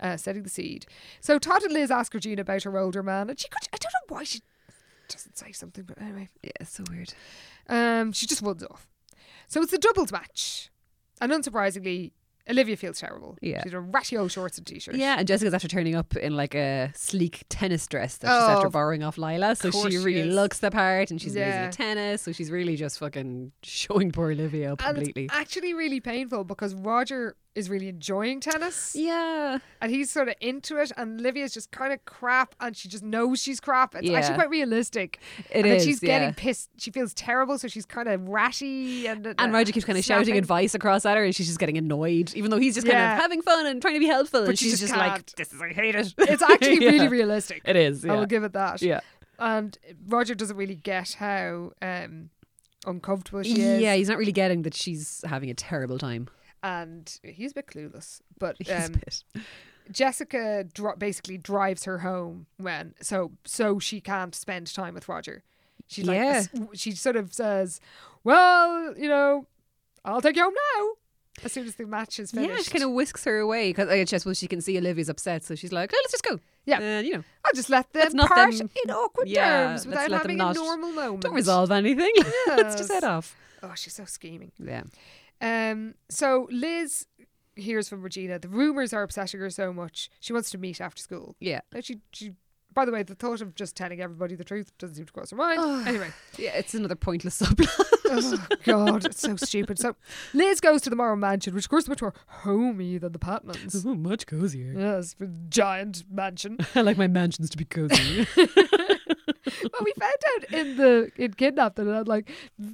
Speaker 2: Uh, setting the seed. So Todd and Liz ask Regina about her older man, and she could, I don't know why she doesn't say something, but anyway.
Speaker 3: Yeah, it's so weird.
Speaker 2: Um, she just runs off. So it's a doubles match. And unsurprisingly, Olivia feels terrible.
Speaker 3: Yeah.
Speaker 2: She's in a ratty old shorts and t shirt.
Speaker 3: Yeah, and Jessica's after turning up in like a sleek tennis dress that
Speaker 2: Oh,
Speaker 3: she's after
Speaker 2: of
Speaker 3: borrowing off Lila. So
Speaker 2: course
Speaker 3: she
Speaker 2: she
Speaker 3: really
Speaker 2: is.
Speaker 3: looks the part and she's amazing
Speaker 2: Yeah.
Speaker 3: at tennis. So she's really just fucking showing poor Olivia up
Speaker 2: And
Speaker 3: completely.
Speaker 2: it's actually really painful because Roger is really enjoying tennis
Speaker 3: Yeah.
Speaker 2: and he's sort of into it, and Livia's just kind of crap, and she just knows she's crap. It's actually
Speaker 3: Yeah.
Speaker 2: quite realistic.
Speaker 3: It
Speaker 2: and then
Speaker 3: is,
Speaker 2: she's getting
Speaker 3: yeah.
Speaker 2: pissed. She feels terrible, so she's kind of ratty and uh,
Speaker 3: And Roger keeps kind of shouting
Speaker 2: snapping.
Speaker 3: advice across at her, and she's just getting annoyed, even though he's just kind
Speaker 2: Yeah.
Speaker 3: of having fun and trying to be helpful.
Speaker 2: But
Speaker 3: and
Speaker 2: she
Speaker 3: she's
Speaker 2: just
Speaker 3: just,
Speaker 2: can't.
Speaker 3: like, "This is I hate it."
Speaker 2: It's actually
Speaker 3: Yeah.
Speaker 2: really Oh, realistic.
Speaker 3: It is. Yeah.
Speaker 2: I will give it that.
Speaker 3: yeah.
Speaker 2: And Roger doesn't really get how um, uncomfortable she is.
Speaker 3: Yeah, he's not really getting that she's having a terrible time.
Speaker 2: and he's a bit clueless. But
Speaker 3: He's a
Speaker 2: um,
Speaker 3: bit-
Speaker 2: Jessica dro- basically drives her home when so so she can't spend time with Roger. She like
Speaker 3: Yeah.
Speaker 2: s- she sort of says, "Well, you know, I'll take you home now." As soon as the match is finished,
Speaker 3: Yeah, she kind of whisks her away because I suppose she can see Olivia's upset, so she's like, "Oh, let's just go."
Speaker 2: Yeah.
Speaker 3: And, you know,
Speaker 2: I'll just let them
Speaker 3: not
Speaker 2: part
Speaker 3: them-
Speaker 2: in awkward
Speaker 3: yeah,
Speaker 2: terms
Speaker 3: let's
Speaker 2: without
Speaker 3: let them
Speaker 2: having
Speaker 3: not-
Speaker 2: a normal moment.
Speaker 3: don't resolve anything. Let's just
Speaker 2: Yes.
Speaker 3: head off.
Speaker 2: Oh, she's so scheming.
Speaker 3: Yeah.
Speaker 2: Um, so Liz hears from Regina. The rumors are upsetting her so much. She wants to meet after school.
Speaker 3: Yeah.
Speaker 2: Like, She, she. By the way, the thought of just telling everybody the truth doesn't seem to cross her mind.
Speaker 3: Oh,
Speaker 2: anyway,
Speaker 3: Yeah, it's another pointless subplot.
Speaker 2: oh god, it's so stupid. So Liz goes to the Morrow Mansion, which of course is much more homey than the Patmans.
Speaker 3: Ooh, much cozier.
Speaker 2: Yes, with giant mansion.
Speaker 3: I like my mansions to be cozy.
Speaker 2: But we found out in the in Kidnapped that it had like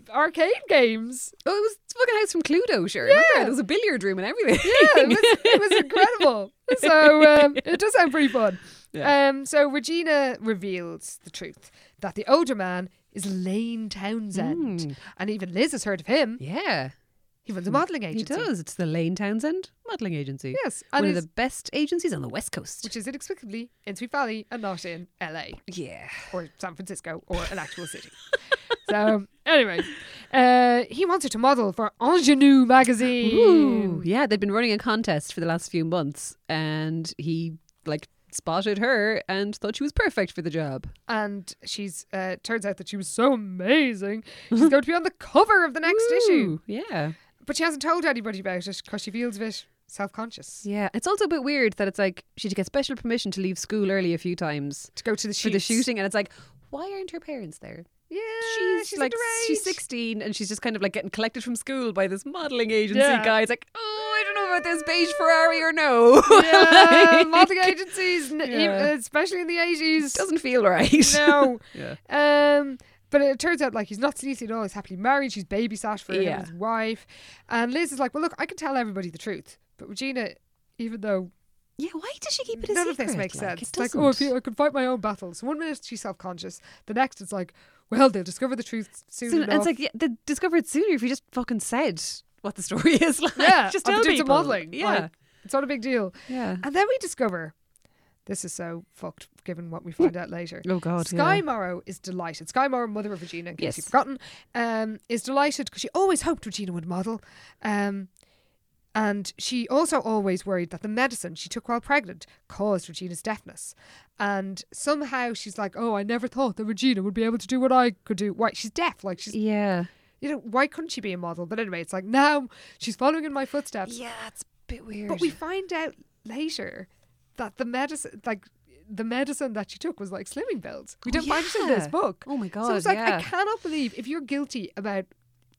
Speaker 2: arcade games.
Speaker 3: Oh, it was the fucking house from Cluedo, sure. Yeah. There was a billiard room and everything.
Speaker 2: Yeah, it was, it was incredible. So um, it does sound pretty fun. Um, so Regina reveals the truth that the older man is Lane Townsend,
Speaker 3: Hmm.
Speaker 2: and even Liz has heard of him.
Speaker 3: yeah.
Speaker 2: He runs a modelling
Speaker 3: Hmm. He
Speaker 2: agency.
Speaker 3: does. It's the Lane Townsend Modelling Agency.
Speaker 2: Yes, and
Speaker 3: One of
Speaker 2: it's-
Speaker 3: the best agencies on the West Coast.
Speaker 2: which is inexplicably in Sweet Valley and not in LA
Speaker 3: Yeah.
Speaker 2: or San Francisco or an actual city. so anyway, uh, he wants her to model for Ingenue magazine.
Speaker 3: Ooh, yeah, they'd been running a contest for the last few months and he like spotted her and thought she was perfect for the job.
Speaker 2: and she's uh, turns out that she was so amazing she's going to be on the cover of the next issue
Speaker 3: Ooh, yeah.
Speaker 2: but she hasn't told anybody about it because she feels a bit self-conscious
Speaker 3: Yeah. It's also a bit weird that it's like she had to get special permission to leave school early a few times
Speaker 2: to go to the
Speaker 3: for the
Speaker 2: shoots.
Speaker 3: shooting and it's like why aren't her parents there?
Speaker 2: yeah
Speaker 3: Ah, she's, like
Speaker 2: underage.
Speaker 3: she's 16 and she's just kind of like getting collected from school by this modeling agency
Speaker 2: Yeah.
Speaker 3: guy. It's like, oh, I don't know about this beige Ferrari or no.
Speaker 2: yeah
Speaker 3: Like,
Speaker 2: modeling agencies n- e-
Speaker 3: Yeah.
Speaker 2: especially in the
Speaker 3: it
Speaker 2: 80s
Speaker 3: doesn't feel right.
Speaker 2: no
Speaker 3: Yeah.
Speaker 2: um but it turns out like he's not sleazy at all he's happily married she's babysat for him
Speaker 3: Yeah.
Speaker 2: and his wife and Liz is like well look I can tell everybody the truth but Regina even though
Speaker 3: Yeah, why does she keep it a
Speaker 2: None
Speaker 3: secret?
Speaker 2: of this makes
Speaker 3: Like,
Speaker 2: sense.
Speaker 3: It
Speaker 2: It's like, oh, if
Speaker 3: doesn't.
Speaker 2: you, I can fight my own battles. One minute she's self conscious, the next it's like, well, they'll discover the truth soon,
Speaker 3: Soon- and
Speaker 2: enough.
Speaker 3: it's like, yeah, they discover it sooner if you just fucking said what the story is like.
Speaker 2: yeah,
Speaker 3: just
Speaker 2: I'm
Speaker 3: tell
Speaker 2: doing
Speaker 3: people.
Speaker 2: some modeling.
Speaker 3: Yeah,
Speaker 2: like, it's not a big deal.
Speaker 3: yeah.
Speaker 2: And then we discover this is so fucked, given what we find out later.
Speaker 3: Oh, God,
Speaker 2: Sky
Speaker 3: yeah.
Speaker 2: Morrow is delighted. Sky Morrow, mother of Regina, in case
Speaker 3: Yes.
Speaker 2: you've forgotten, um, is delighted because she always hoped Regina would model. Um, and she also always worried that the medicine she took while pregnant caused Regina's deafness. And somehow she's like, "Oh, I never thought that Regina would be able to do what I could do. Why? She's deaf. Like she's,
Speaker 3: Yeah.
Speaker 2: you know, why couldn't she be a model?" But anyway, it's like now she's following in my footsteps.
Speaker 3: Yeah, it's a bit weird.
Speaker 2: But we find out later that the medicine, like the medicine that she took, was like slimming pills. We don't find it in this
Speaker 3: Oh, yeah.
Speaker 2: book.
Speaker 3: Oh my
Speaker 2: So it's
Speaker 3: God,
Speaker 2: like
Speaker 3: yeah.
Speaker 2: I cannot believe if you're guilty about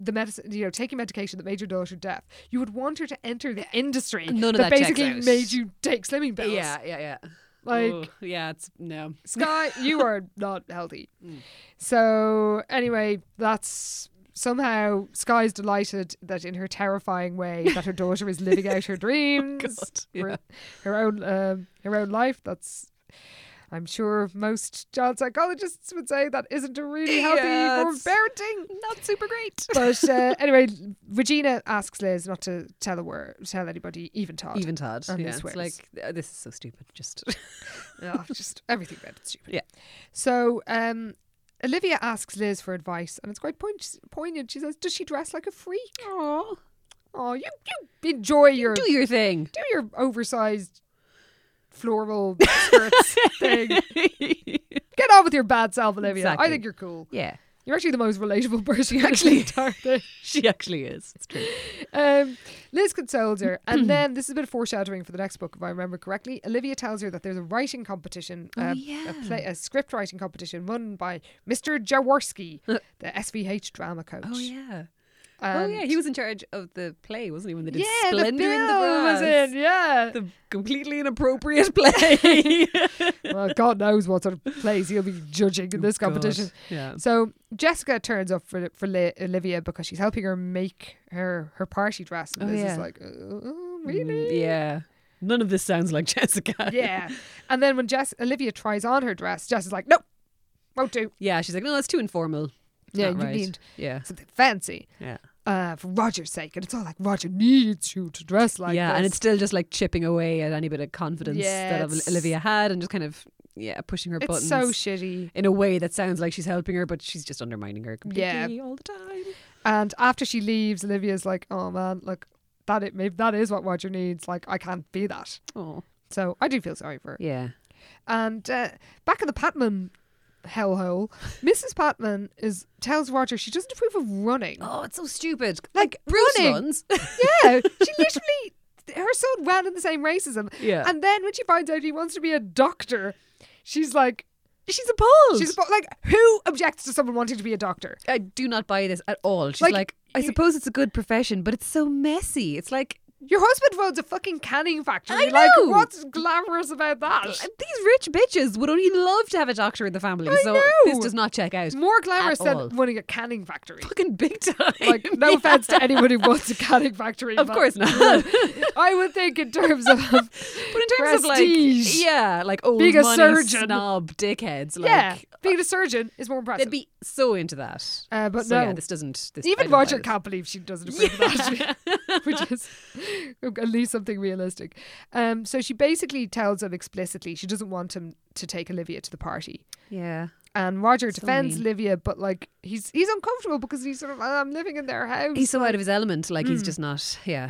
Speaker 2: the medicine, you know, taking medication that made your daughter deaf, you would want her to enter the industry
Speaker 3: None of that checks
Speaker 2: basically
Speaker 3: out.
Speaker 2: made you take slimming pills.
Speaker 3: Yeah, yeah, yeah.
Speaker 2: Like-
Speaker 3: Ugh, yeah, it's no.
Speaker 2: Sky, you are not healthy.
Speaker 3: Mm.
Speaker 2: So anyway, that's somehow Sky's delighted that in her terrifying way that her daughter is living out her dreams,
Speaker 3: Oh God, yeah.
Speaker 2: her, her own um, her own life. That's I'm sure most child psychologists would say that isn't a really healthy
Speaker 3: Yeah,
Speaker 2: form of
Speaker 3: it's-
Speaker 2: parenting.
Speaker 3: Not super great.
Speaker 2: But uh, anyway, Regina asks Liz not to tell a word, tell anybody, even Todd.
Speaker 3: Even Todd.
Speaker 2: And he
Speaker 3: yeah, it's
Speaker 2: swears.
Speaker 3: like uh, this is so stupid. Just
Speaker 2: oh, just everything about it's stupid.
Speaker 3: Yeah.
Speaker 2: So um, Olivia asks Liz for advice, and it's quite poignant. poignant. She says, "Does she dress like a freak?
Speaker 3: Aww.
Speaker 2: Oh, you you enjoy your do,
Speaker 3: do your thing.
Speaker 2: your oversized floral skirts thing. Get on with your bad self, Olivia. I
Speaker 3: Exactly.
Speaker 2: think you're cool.
Speaker 3: yeah,
Speaker 2: You're actually the most relatable person actually entire thing.
Speaker 3: she actually is. It's true.
Speaker 2: Um, Liz consoles her, and then this is a bit of foreshadowing for the next book, if I remember correctly. Olivia tells her that there's a writing competition,
Speaker 3: Oh,
Speaker 2: uh, a, play, a script writing competition run by Mr. Jaworski, the SVH drama coach.
Speaker 3: Oh yeah. oh
Speaker 2: And-
Speaker 3: yeah. He was in charge of the play, wasn't he? When they did
Speaker 2: yeah, the
Speaker 3: Splendor in the
Speaker 2: bill
Speaker 3: Grass.
Speaker 2: was in, yeah.
Speaker 3: the completely inappropriate play.
Speaker 2: well, God knows what sort of plays he'll be judging in
Speaker 3: Oh,
Speaker 2: this competition.
Speaker 3: Yeah.
Speaker 2: So Jessica turns up for for Li- Olivia because she's helping her make her her party dress, and
Speaker 3: Oh,
Speaker 2: Liz
Speaker 3: yeah.
Speaker 2: is like, "Uh, uh, really?
Speaker 3: Mm, Yeah. None of this sounds like Jessica.
Speaker 2: yeah. And then when Jess Olivia tries on her dress, Jess is like, "Nope, won't do."
Speaker 3: Yeah. She's like, no, that's too informal.
Speaker 2: Yeah,
Speaker 3: Not
Speaker 2: you
Speaker 3: right.
Speaker 2: need
Speaker 3: Yeah.
Speaker 2: something fancy
Speaker 3: Yeah.
Speaker 2: uh, for Roger's sake, and it's all like Roger needs you to dress like
Speaker 3: yeah. And
Speaker 2: this.
Speaker 3: it's still just like chipping away at any bit of confidence
Speaker 2: Yeah,
Speaker 3: that
Speaker 2: it's-
Speaker 3: Ol- Olivia had and just kind of, yeah, pushing her
Speaker 2: it's
Speaker 3: buttons.
Speaker 2: so shitty.
Speaker 3: in a way that sounds like she's helping her, but she's just undermining her completely all the time.
Speaker 2: And after she leaves, Olivia's like, "Oh man, look, that it maybe that is what Roger needs. Like, I can't be that."
Speaker 3: Oh,
Speaker 2: So I do feel sorry for her.
Speaker 3: yeah.
Speaker 2: And uh, back in the Patman hellhole, Mrs. Patman is tells Roger she doesn't approve of running.
Speaker 3: Oh, it's so stupid.
Speaker 2: Like,
Speaker 3: Like, Bruce
Speaker 2: running.
Speaker 3: runs.
Speaker 2: Yeah, she literally. Her son ran in the same racism.
Speaker 3: Yeah.
Speaker 2: And then when she finds out he wants to be a doctor, she's like,
Speaker 3: She's appalled.
Speaker 2: she's bo- like, who objects to someone wanting to be a doctor?
Speaker 3: I do not buy this at all. She's
Speaker 2: Like,
Speaker 3: like, I
Speaker 2: you-
Speaker 3: suppose it's a good profession, but it's so messy. It's like
Speaker 2: Your husband runs a fucking canning factory.
Speaker 3: I
Speaker 2: Like,
Speaker 3: know.
Speaker 2: what's glamorous about that?
Speaker 3: these rich bitches would only love to have a doctor in the family.
Speaker 2: I
Speaker 3: so
Speaker 2: know.
Speaker 3: this does not check out.
Speaker 2: It's more glamorous
Speaker 3: At
Speaker 2: than
Speaker 3: all.
Speaker 2: running a canning factory.
Speaker 3: fucking big time.
Speaker 2: Like, no
Speaker 3: Yeah.
Speaker 2: offense to anyone who runs a canning factory.
Speaker 3: Of
Speaker 2: but
Speaker 3: course not.
Speaker 2: I would think in terms of
Speaker 3: But in terms of
Speaker 2: Prestige.
Speaker 3: like, yeah, like old
Speaker 2: Being a
Speaker 3: money
Speaker 2: surgeon.
Speaker 3: snob dickheads, like uh,
Speaker 2: yeah, being a surgeon is more impressive.
Speaker 3: they'd be so into that.
Speaker 2: Uh, but
Speaker 3: so,
Speaker 2: no.
Speaker 3: yeah, this doesn't. This, I
Speaker 2: Even
Speaker 3: don't buy
Speaker 2: Roger
Speaker 3: this.
Speaker 2: can't believe she doesn't approve of that, which is at least something realistic. Um, so she basically tells him explicitly she doesn't want him to take Olivia to the party.
Speaker 3: Yeah,
Speaker 2: And Roger defends
Speaker 3: mean.
Speaker 2: Olivia, but like he's he's uncomfortable because he's sort of "Oh, I'm living in their house.
Speaker 3: he's so out of his element. Like
Speaker 2: Hmm.
Speaker 3: he's just not. Yeah,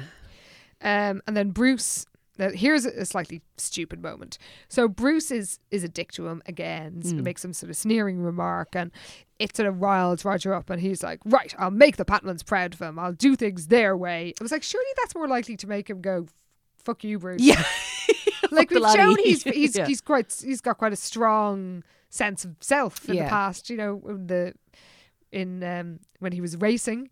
Speaker 2: Um, and then Bruce. Now here's a slightly stupid moment. So Bruce is is a dick to him again.
Speaker 3: Hmm.
Speaker 2: So Makes some sort of sneering remark, and it sort of riles Roger up. And he's like, "Right, I'll make the Patmans proud of him. I'll do things their way." I was like, "Surely that's more likely to make him go, fuck you, Bruce."
Speaker 3: yeah.
Speaker 2: like
Speaker 3: the
Speaker 2: we've shown
Speaker 3: laddie.
Speaker 2: he's he's
Speaker 3: Yeah.
Speaker 2: he's quite he's got quite a strong sense of self in the
Speaker 3: Yeah.
Speaker 2: past. You know, in the in um, when he was racing,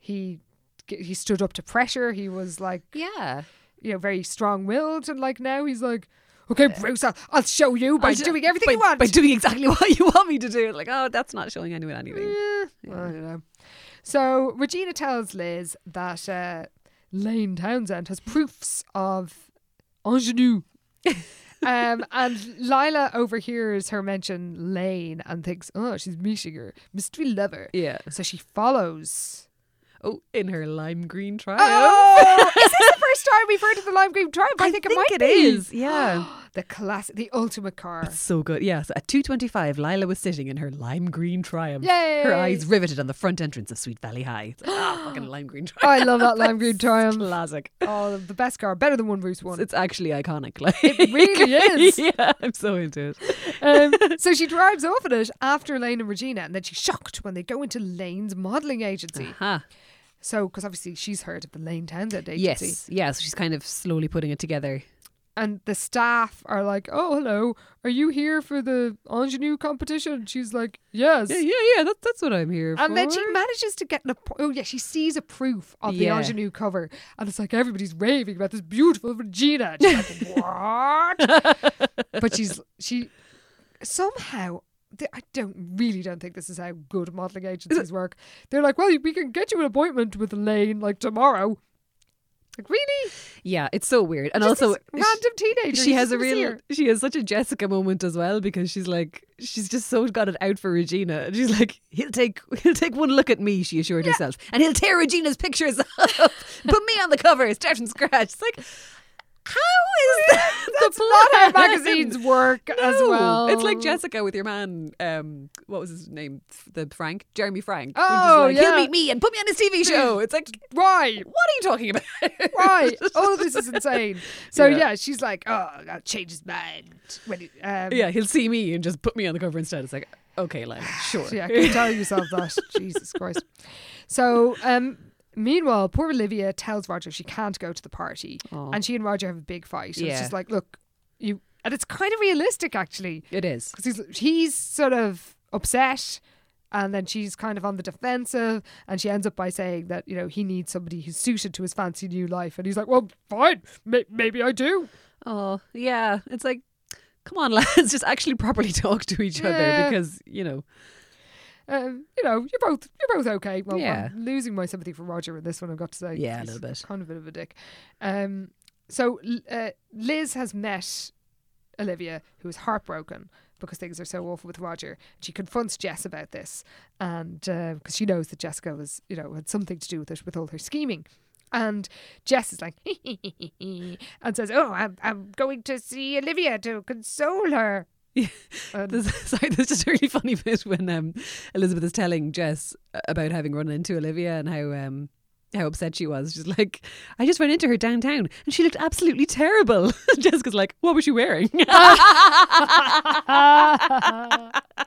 Speaker 2: he he stood up to pressure. He was like
Speaker 3: yeah.
Speaker 2: you know, very strong willed. And like now he's like, okay, Bruce, I'll, I'll show you by
Speaker 3: I'll ju-
Speaker 2: doing everything
Speaker 3: by,
Speaker 2: you want.
Speaker 3: by doing exactly what you want me to do. Like, oh, that's not showing anyone anything.
Speaker 2: Eh, well, I don't know. So Regina tells Liz that uh, Lane Townsend has proofs of ingenue. um, and Lila overhears her mention Lane and thinks, oh, she's meeting her mystery lover.
Speaker 3: Yeah.
Speaker 2: So she follows.
Speaker 3: Oh, in her lime green triumph.
Speaker 2: Oh, is this the first time we've heard of the Lime Green Triumph? I, think, it might be.
Speaker 3: Yeah.
Speaker 2: The classic, the ultimate car.
Speaker 3: so good. Yes. At 2.25, Lila was sitting in her lime green triumph.
Speaker 2: Yay.
Speaker 3: Her eyes riveted on the front entrance of Sweet Valley High. It's like, ah, fucking lime green triumph.
Speaker 2: I love that lime green triumph.
Speaker 3: Classic.
Speaker 2: Oh, the best car, better than one Bruce one.
Speaker 3: It's actually iconic. Like,
Speaker 2: It really is.
Speaker 3: yeah, I'm so into it.
Speaker 2: Um, so she drives off in it after Lane and Regina, and then she's shocked when they go into Lane's modelling agency.
Speaker 3: Huh.
Speaker 2: So, because obviously she's heard of the Lane Townsend agency,
Speaker 3: Yes. Yeah. So she's kind of slowly putting it together.
Speaker 2: and the staff are like, "Oh, hello, are you here for the ingenue competition?" She's like, "Yes."
Speaker 3: Yeah, yeah, yeah. That, that's what I'm here for.
Speaker 2: And then she manages to get an. app- Oh, yeah, she sees a proof of the
Speaker 3: Yeah.
Speaker 2: ingenue cover. And it's like everybody's raving about this beautiful Regina. And she's like, what? but she's. She somehow. th- I don't really don't think this is how good modeling agencies work. They're like, well, we can get you an appointment with Lane like tomorrow. Like really?
Speaker 3: Yeah, it's so weird. And
Speaker 2: Just
Speaker 3: also,
Speaker 2: this random teenager.
Speaker 3: she
Speaker 2: you
Speaker 3: has
Speaker 2: just
Speaker 3: a
Speaker 2: wanna see
Speaker 3: real
Speaker 2: her.
Speaker 3: she has such a Jessica moment as well because she's like she's just so got it out for Regina and she's like he'll take he'll take one look at me she assured herself and he'll tear Regina's pictures up put me on the cover start from scratch it's like how is that the
Speaker 2: Not how
Speaker 3: plan?
Speaker 2: magazines work as
Speaker 3: No.
Speaker 2: well.
Speaker 3: It's like Jessica with your man. Um, what was his name? The Frank, Jeremy Frank. which is
Speaker 2: Oh,
Speaker 3: like,
Speaker 2: yeah.
Speaker 3: he'll meet me and put me on his TV show. It's like, what
Speaker 2: Right.
Speaker 3: are you talking about?
Speaker 2: Right. All of this is insane. So yeah,
Speaker 3: Yeah.
Speaker 2: she's like, oh, I'll change his mind. When he, um,
Speaker 3: Yeah, he'll see me and just put me on the cover instead. It's like, okay, like, sure.
Speaker 2: Yeah, can tell yourself that. Jesus Christ. So, um, meanwhile, poor Olivia tells Roger she can't go to the party, and she and Roger have a big fight. And It's
Speaker 3: Yeah.
Speaker 2: just like, look, you, and it's kind of realistic actually,
Speaker 3: It is.
Speaker 2: because he's he's sort of upset. And then she's kind of on the defensive, and she ends up by saying that you know he needs somebody who's suited to his fancy new life, and he's like, "Well, fine, may- maybe I do."
Speaker 3: Oh, yeah. It's like, come on, lads, just actually properly talk to each
Speaker 2: Yeah.
Speaker 3: other because, you know.
Speaker 2: um, you know, you're both you're both okay. Well,
Speaker 3: Yeah.
Speaker 2: I'm losing my sympathy for Roger in this one. I've got to say,
Speaker 3: Yeah, a
Speaker 2: He's
Speaker 3: little bit.
Speaker 2: kind of a bit of a dick. Um, so L- uh, Liz has met Olivia, who is heartbroken because things are so awful with Roger. She confronts Jess about this, and because she knows that Jessica was, you know, had something to do with it with all her scheming. And Jess is like, and says, "Oh, I'm I'm going to see Olivia to console her." Um,
Speaker 3: There's, sorry, there's just a really funny uh, bit when um, Elizabeth is telling Jess about having run into Olivia and how um, how upset she was. She's like, I just ran into her downtown and she looked absolutely terrible. Jessica's like, what was she wearing?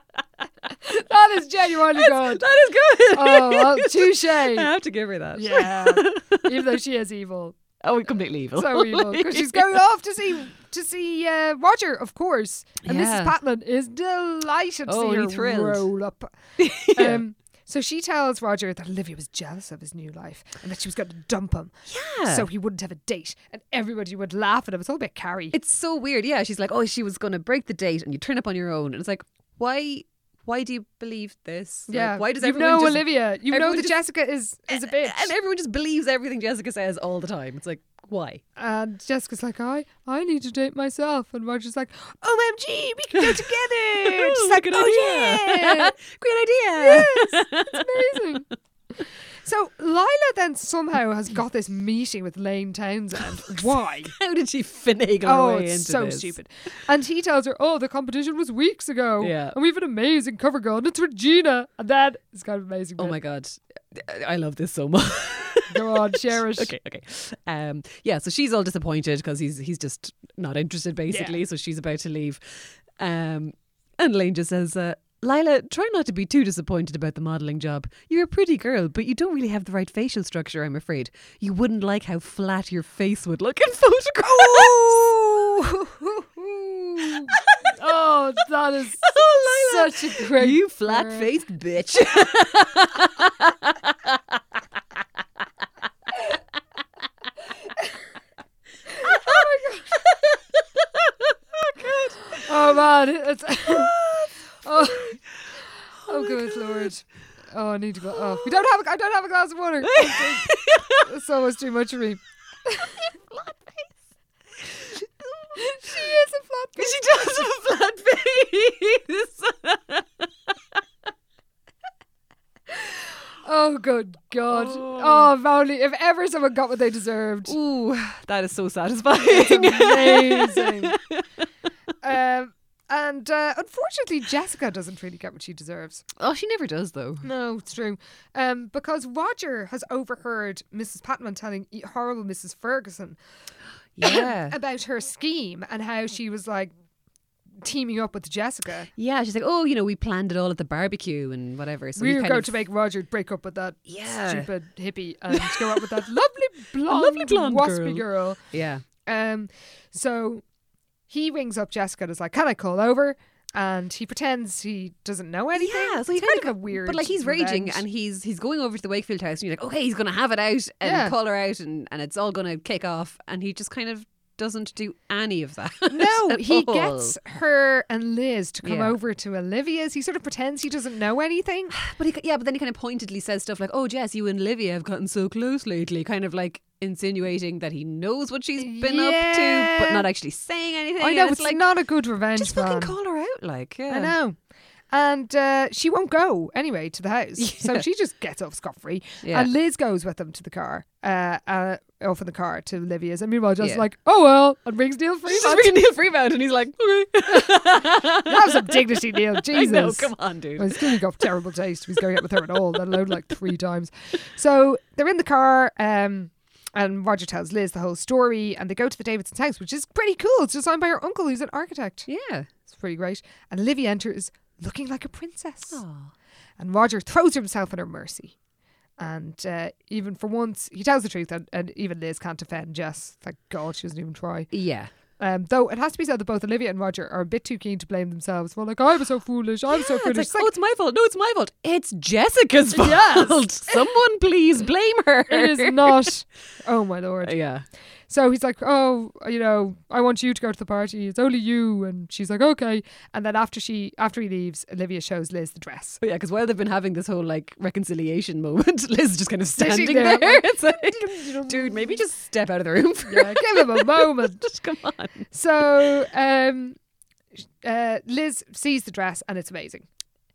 Speaker 2: That is genuinely good.
Speaker 3: that is good.
Speaker 2: Oh, well, touche.
Speaker 3: I have to give her that.
Speaker 2: Yeah. Even though she is evil.
Speaker 3: Oh, completely evil.
Speaker 2: So evil. Because she's going off to see to see uh, Roger, of course. And Mrs.
Speaker 3: Yeah.
Speaker 2: Patlin is delighted to
Speaker 3: Oh,
Speaker 2: see
Speaker 3: are
Speaker 2: her
Speaker 3: you thrilled?
Speaker 2: roll up. um, so she tells Roger that Olivia was jealous of his new life and that she was going to dump him.
Speaker 3: Yeah.
Speaker 2: So he wouldn't have a date and everybody would laugh at him. It's all about Carrie.
Speaker 3: It's so weird. Yeah, she's like, oh, she was going to break the date, and you turn up on your own, and it's like, why? Why do you believe this? Like,
Speaker 2: yeah.
Speaker 3: why does
Speaker 2: you
Speaker 3: everyone
Speaker 2: know
Speaker 3: just,
Speaker 2: Olivia? You know
Speaker 3: everyone
Speaker 2: that
Speaker 3: just-
Speaker 2: Jessica is is a bitch.
Speaker 3: And everyone just believes everything Jessica says all the time. It's like, why?
Speaker 2: And Jessica's like, I, I need to date myself. And Roger's like, OMG, we can go together. She's like,
Speaker 3: good
Speaker 2: oh,
Speaker 3: idea.
Speaker 2: yeah.
Speaker 3: Great idea.
Speaker 2: It's amazing. So Lila then somehow has got this meeting with Lane Townsend. Why?
Speaker 3: How did she finagle her
Speaker 2: Oh,
Speaker 3: way
Speaker 2: it's
Speaker 3: into
Speaker 2: so
Speaker 3: this?
Speaker 2: stupid. And he tells her, "Oh, the competition was weeks ago,
Speaker 3: Yeah.
Speaker 2: and we have an amazing cover girl, and it's Regina." And then it's kind of amazing.
Speaker 3: Oh
Speaker 2: bit.
Speaker 3: my god, I- I love this so much.
Speaker 2: Go on, share it.
Speaker 3: okay, okay. Um, yeah, so she's all disappointed because he's he's just not interested, basically. So she's about to leave, um, and Lane just says, uh, "Lila, try not to be too disappointed about the modelling job. You're a pretty girl, but you don't really have the right facial structure. I'm afraid you wouldn't like how flat your face would look in photographs."
Speaker 2: Oh, that is
Speaker 3: Oh, Lila.
Speaker 2: such a great.
Speaker 3: You flat faced bitch.
Speaker 2: Oh man, it's oh, oh good lord. Oh, I need to go. Oh, we don't have. A, I don't have a glass of water. Oh, good. That's almost too much for me. she is a flat face.
Speaker 3: she does have a flat face.
Speaker 2: Oh, good God. Oh, if only if ever someone got what they deserved.
Speaker 3: Ooh, that is so satisfying.
Speaker 2: Amazing. um, and uh, unfortunately, Jessica doesn't really get what she deserves.
Speaker 3: oh, she never does though.
Speaker 2: No, it's true. Um, because Roger has overheard Mrs. Patman telling e- horrible Mrs. Ferguson
Speaker 3: Yeah.
Speaker 2: about her scheme and how she was like teaming up with Jessica.
Speaker 3: Yeah, she's like, oh, you know, we planned it all at the barbecue and whatever. So
Speaker 2: we
Speaker 3: you
Speaker 2: were
Speaker 3: kind
Speaker 2: going
Speaker 3: of-
Speaker 2: to make Roger break up with that
Speaker 3: Yeah.
Speaker 2: stupid hippie and go out with that lovely blonde,
Speaker 3: lovely blonde
Speaker 2: waspy girl.
Speaker 3: Yeah.
Speaker 2: Um, so he rings up Jessica and is like, "Can I call over?" And he pretends he doesn't know anything.
Speaker 3: Yeah, so
Speaker 2: It's
Speaker 3: he
Speaker 2: kind
Speaker 3: kind
Speaker 2: of a weird,
Speaker 3: But like he's raging
Speaker 2: revenge.
Speaker 3: and he's he's going over to the Wakefield house and you're like, okay, he's gonna have it out and
Speaker 2: Yeah.
Speaker 3: call her out and, and it's all gonna kick off and he just kind of doesn't do any of that.
Speaker 2: no,
Speaker 3: at
Speaker 2: he
Speaker 3: all.
Speaker 2: gets her and Liz to come
Speaker 3: Yeah.
Speaker 2: over to Olivia's. He sort of pretends he doesn't know anything.
Speaker 3: But he, yeah, but then he kind of pointedly says stuff like, "Oh, Jess, you and Livia have gotten so close lately," kind of like insinuating that he knows what she's been up to,
Speaker 2: Yeah.
Speaker 3: but not actually saying anything.
Speaker 2: I
Speaker 3: And
Speaker 2: know it's,
Speaker 3: like
Speaker 2: not a good revenge.
Speaker 3: just fucking
Speaker 2: plan.
Speaker 3: call her out, like yeah.
Speaker 2: I know. And uh, she won't go anyway to the house. So she just gets off scot free.
Speaker 3: Yeah.
Speaker 2: And Liz goes with them to the car, uh, uh, off in the car to Olivia's. And meanwhile, just
Speaker 3: Yeah.
Speaker 2: like, oh well, and rings Neil free.
Speaker 3: She's just reading Neil Freebound and he's like, okay.
Speaker 2: Have some dignity, Neil.
Speaker 3: I
Speaker 2: Jesus.
Speaker 3: know, come on,
Speaker 2: Well,
Speaker 3: dude.
Speaker 2: he's clearly got terrible taste. if He's going out with her at all, let alone like three times. So they're in the car, um, and Roger tells Liz the whole story, and they go to the Davidson's house, which is pretty cool. It's designed by her uncle, who's an architect.
Speaker 3: Yeah.
Speaker 2: It's pretty great. And Livy enters looking like a princess. And Roger throws himself at her mercy. And uh, even for once, he tells the truth, and, and even Liz can't defend Jess. Thank God she doesn't even try.
Speaker 3: Yeah.
Speaker 2: Um, though it has to be said that both Olivia and Roger are a bit too keen to blame themselves. Well, like, I was so foolish. I was so
Speaker 3: it's
Speaker 2: foolish.
Speaker 3: like,
Speaker 2: It's like,
Speaker 3: oh, it's my fault. No, it's my fault. It's Jessica's fault. Someone please blame her.
Speaker 2: it is not. Oh, my Lord.
Speaker 3: Yeah.
Speaker 2: So he's like, "Oh, you know, I want you to go to the party. It's only you." And she's like, "Okay." And then after she, after he leaves, Olivia shows Liz the dress.
Speaker 3: Oh, yeah, because while they've been having this whole like reconciliation moment, Liz is just kind of
Speaker 2: Sitting
Speaker 3: standing
Speaker 2: there,
Speaker 3: there. It's like, dude, maybe just step out of the room for
Speaker 2: Yeah, give him a moment.
Speaker 3: just come on.
Speaker 2: So, um, uh, Liz sees the dress and it's amazing.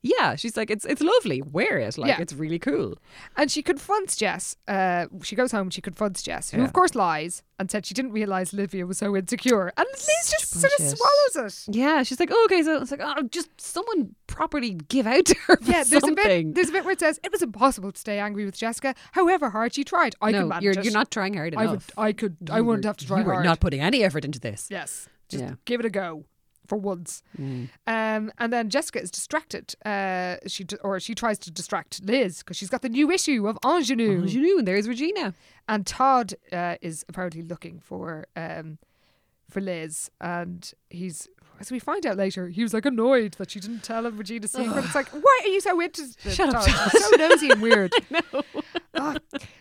Speaker 3: yeah, she's like, it's it's lovely. Wear it. Like
Speaker 2: Yeah.
Speaker 3: it's really cool.
Speaker 2: And she confronts Jess. Uh, she goes home and she confronts Jess, who
Speaker 3: Yeah.
Speaker 2: of course lies and said she didn't realize Livia was so insecure. And Liz just sort of
Speaker 3: bullshit.
Speaker 2: swallows it.
Speaker 3: Yeah, she's like, oh, okay, so it's like, oh, just someone properly give out to her. For
Speaker 2: Yeah, there's
Speaker 3: something.
Speaker 2: a bit. There's a bit where it says it was impossible to stay angry with Jessica, however hard she tried. I could
Speaker 3: no,
Speaker 2: manage
Speaker 3: you're
Speaker 2: it.
Speaker 3: you're not trying hard
Speaker 2: I
Speaker 3: enough.
Speaker 2: would. I could. I wouldn't
Speaker 3: You're-
Speaker 2: have to try
Speaker 3: you were
Speaker 2: hard.
Speaker 3: not putting any effort into this.
Speaker 2: Yes. Just
Speaker 3: Yeah. Mm.
Speaker 2: give it a go for once. Um, and then Jessica is distracted. Uh, she d- or she tries to distract Liz because she's got the new issue of Ingenue.
Speaker 3: As you knew, and there's Regina.
Speaker 2: And Todd uh, is apparently looking for um, for Liz, and he's as we find out later, he was like annoyed that she didn't tell him Regina's secret. it's like, why are you so into this,
Speaker 3: Shut up,
Speaker 2: Todd? You're so nosy and weird. I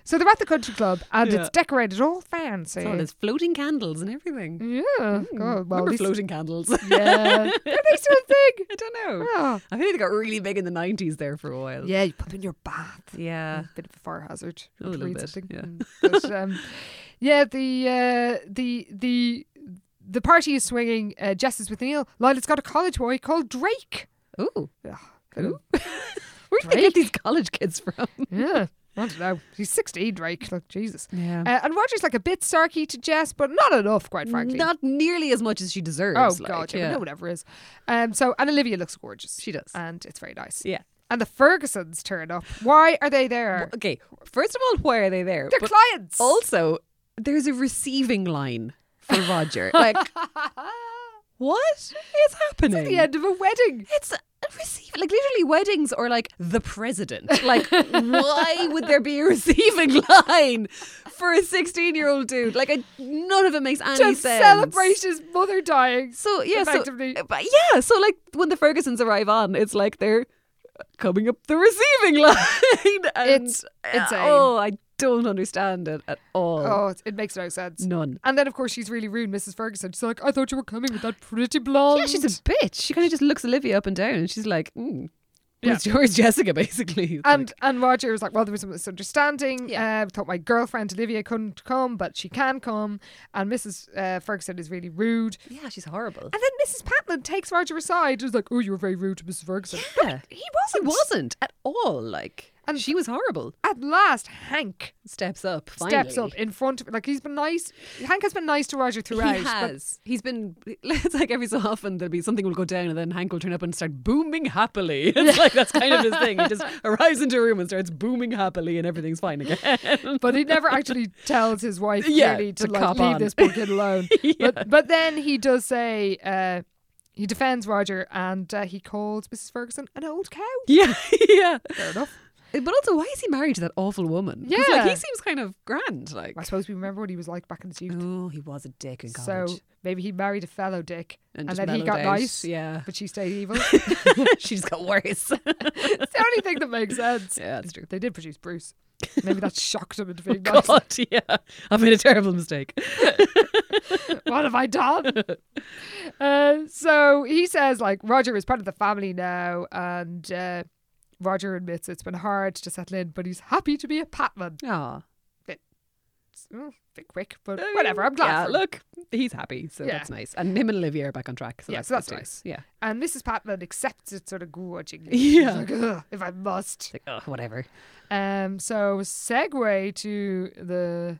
Speaker 2: so they're at the country club, and
Speaker 3: Yeah.
Speaker 2: it's decorated all fancy.
Speaker 3: So there's floating candles and everything.
Speaker 2: yeah, God, Mm, well, at
Speaker 3: Mm. Remember
Speaker 2: least-
Speaker 3: floating candles?
Speaker 2: Yeah, they're next to a thing.
Speaker 3: I don't know.
Speaker 2: Yeah.
Speaker 3: I feel like they got really big in the 90s there for a while.
Speaker 2: Yeah, you put them in your bath.
Speaker 3: Yeah.
Speaker 2: Bit of a fire hazard.
Speaker 3: A little
Speaker 2: Read
Speaker 3: bit,
Speaker 2: something.
Speaker 3: yeah.
Speaker 2: Mm. But, um, yeah, the uh, the the the party is swinging. Uh, Jess is with Neil. Lila's got a college boy called Drake.
Speaker 3: Oh,
Speaker 2: Ugh,
Speaker 3: where do they get these college kids from?
Speaker 2: yeah, I don't know. He's sixteen, Drake. Like Jesus.
Speaker 3: Yeah.
Speaker 2: Uh, and Roger's like a bit sarky to Jess, but not enough, quite frankly.
Speaker 3: Not nearly as much as she deserves.
Speaker 2: oh
Speaker 3: like,
Speaker 2: God, yeah,
Speaker 3: yeah.
Speaker 2: but no one ever is. Um, so and Olivia looks gorgeous.
Speaker 3: She does.
Speaker 2: and it's very nice.
Speaker 3: Yeah.
Speaker 2: And the Fergusons turn up. Why are they there?
Speaker 3: Okay, first of all, why are they there?
Speaker 2: They're
Speaker 3: But oh,
Speaker 2: clients.
Speaker 3: also, there's a receiving line for Roger. Like, what is happening?
Speaker 2: the end of a wedding.
Speaker 3: It's a receive like literally weddings or like the president. Like, why would there be a receiving line for a sixteen-year-old dude? Like, I, none of it makes any
Speaker 2: to
Speaker 3: sense.
Speaker 2: celebrate his mother dying.
Speaker 3: So yeah, so
Speaker 2: Effectively.
Speaker 3: but yeah, so like when the Fergusons arrive on, it's like they're coming up the receiving line. And,
Speaker 2: It's
Speaker 3: uh,
Speaker 2: insane.
Speaker 3: oh, I don't understand it at all.
Speaker 2: Oh, it- it makes no sense.
Speaker 3: None.
Speaker 2: And then, of course, she's really rude, Mrs. Ferguson. She's like, I thought you were coming with that pretty blonde.
Speaker 3: Yeah, she's a bitch. Oh, She kind of just looks Olivia up and down, and she's like, mm,
Speaker 2: Yeah. Um,
Speaker 3: "It's yours, Jessica." Basically, It's
Speaker 2: And
Speaker 3: like,
Speaker 2: and Roger was like, well, there was a misunderstanding.
Speaker 3: Yeah.
Speaker 2: Uh, thought my girlfriend Olivia couldn't come, but she can come. And Mrs. Uh, Ferguson is really rude.
Speaker 3: yeah, she's horrible.
Speaker 2: And then Mrs. Patman takes Roger aside and is like, oh, you were very rude to Mrs. Ferguson.
Speaker 3: yeah.
Speaker 2: He
Speaker 3: She
Speaker 2: wasn't.
Speaker 3: wasn't at all like, and she was horrible.
Speaker 2: At last, Hank
Speaker 3: Steps up,
Speaker 2: steps up in front of like he's been nice. Hank has been nice to Roger throughout.
Speaker 3: He
Speaker 2: but
Speaker 3: has. He's been. It's like every so often there'll be something will go down, and then Hank will turn up and start booming happily. It's like that's kind of his thing. He just arrives into a room and starts booming happily, and everything's fine again.
Speaker 2: but he never actually tells his wife
Speaker 3: Yeah,
Speaker 2: clearly to,
Speaker 3: to
Speaker 2: like
Speaker 3: cop
Speaker 2: leave
Speaker 3: on.
Speaker 2: this poor kid alone. But but then he does say uh, he defends Roger and uh, he calls Mrs. Ferguson an old cow.
Speaker 3: yeah, yeah.
Speaker 2: Fair enough.
Speaker 3: But also, why is he married to that awful woman? 'Cause, like,
Speaker 2: Yeah.
Speaker 3: he seems kind of grand. Like,
Speaker 2: I suppose we remember what he was like back in his youth.
Speaker 3: oh, he was a dick in
Speaker 2: so
Speaker 3: college.
Speaker 2: maybe he married a fellow dick and,
Speaker 3: And just
Speaker 2: then he
Speaker 3: mellowed
Speaker 2: got
Speaker 3: out,
Speaker 2: nice.
Speaker 3: yeah.
Speaker 2: But she stayed evil. it's
Speaker 3: she just got worse.
Speaker 2: the only thing that makes sense.
Speaker 3: Yeah, that's true. Oh,
Speaker 2: They did produce Bruce. Maybe that shocked him into being nice.
Speaker 3: God, yeah, I made a terrible mistake.
Speaker 2: what have I done? uh, so he says, like, Roger is part of the family now, and uh, Roger admits it's been hard to settle in, but he's happy to be a Patman.
Speaker 3: Ah,
Speaker 2: It's, mm, a bit quick, but whatever, I'm glad.
Speaker 3: Oh, Yeah,
Speaker 2: for him.
Speaker 3: look, he's happy, so
Speaker 2: Yeah.
Speaker 3: that's nice. And him and Olivia are back on track. So
Speaker 2: Yeah,
Speaker 3: that's
Speaker 2: so that's
Speaker 3: good too.
Speaker 2: nice.
Speaker 3: Yeah.
Speaker 2: And Mrs. Patman accepts it sort of grudgingly.
Speaker 3: Yeah.
Speaker 2: She's like, "Ugh, if I must.
Speaker 3: Like, oh, whatever.
Speaker 2: Um, so, segue to the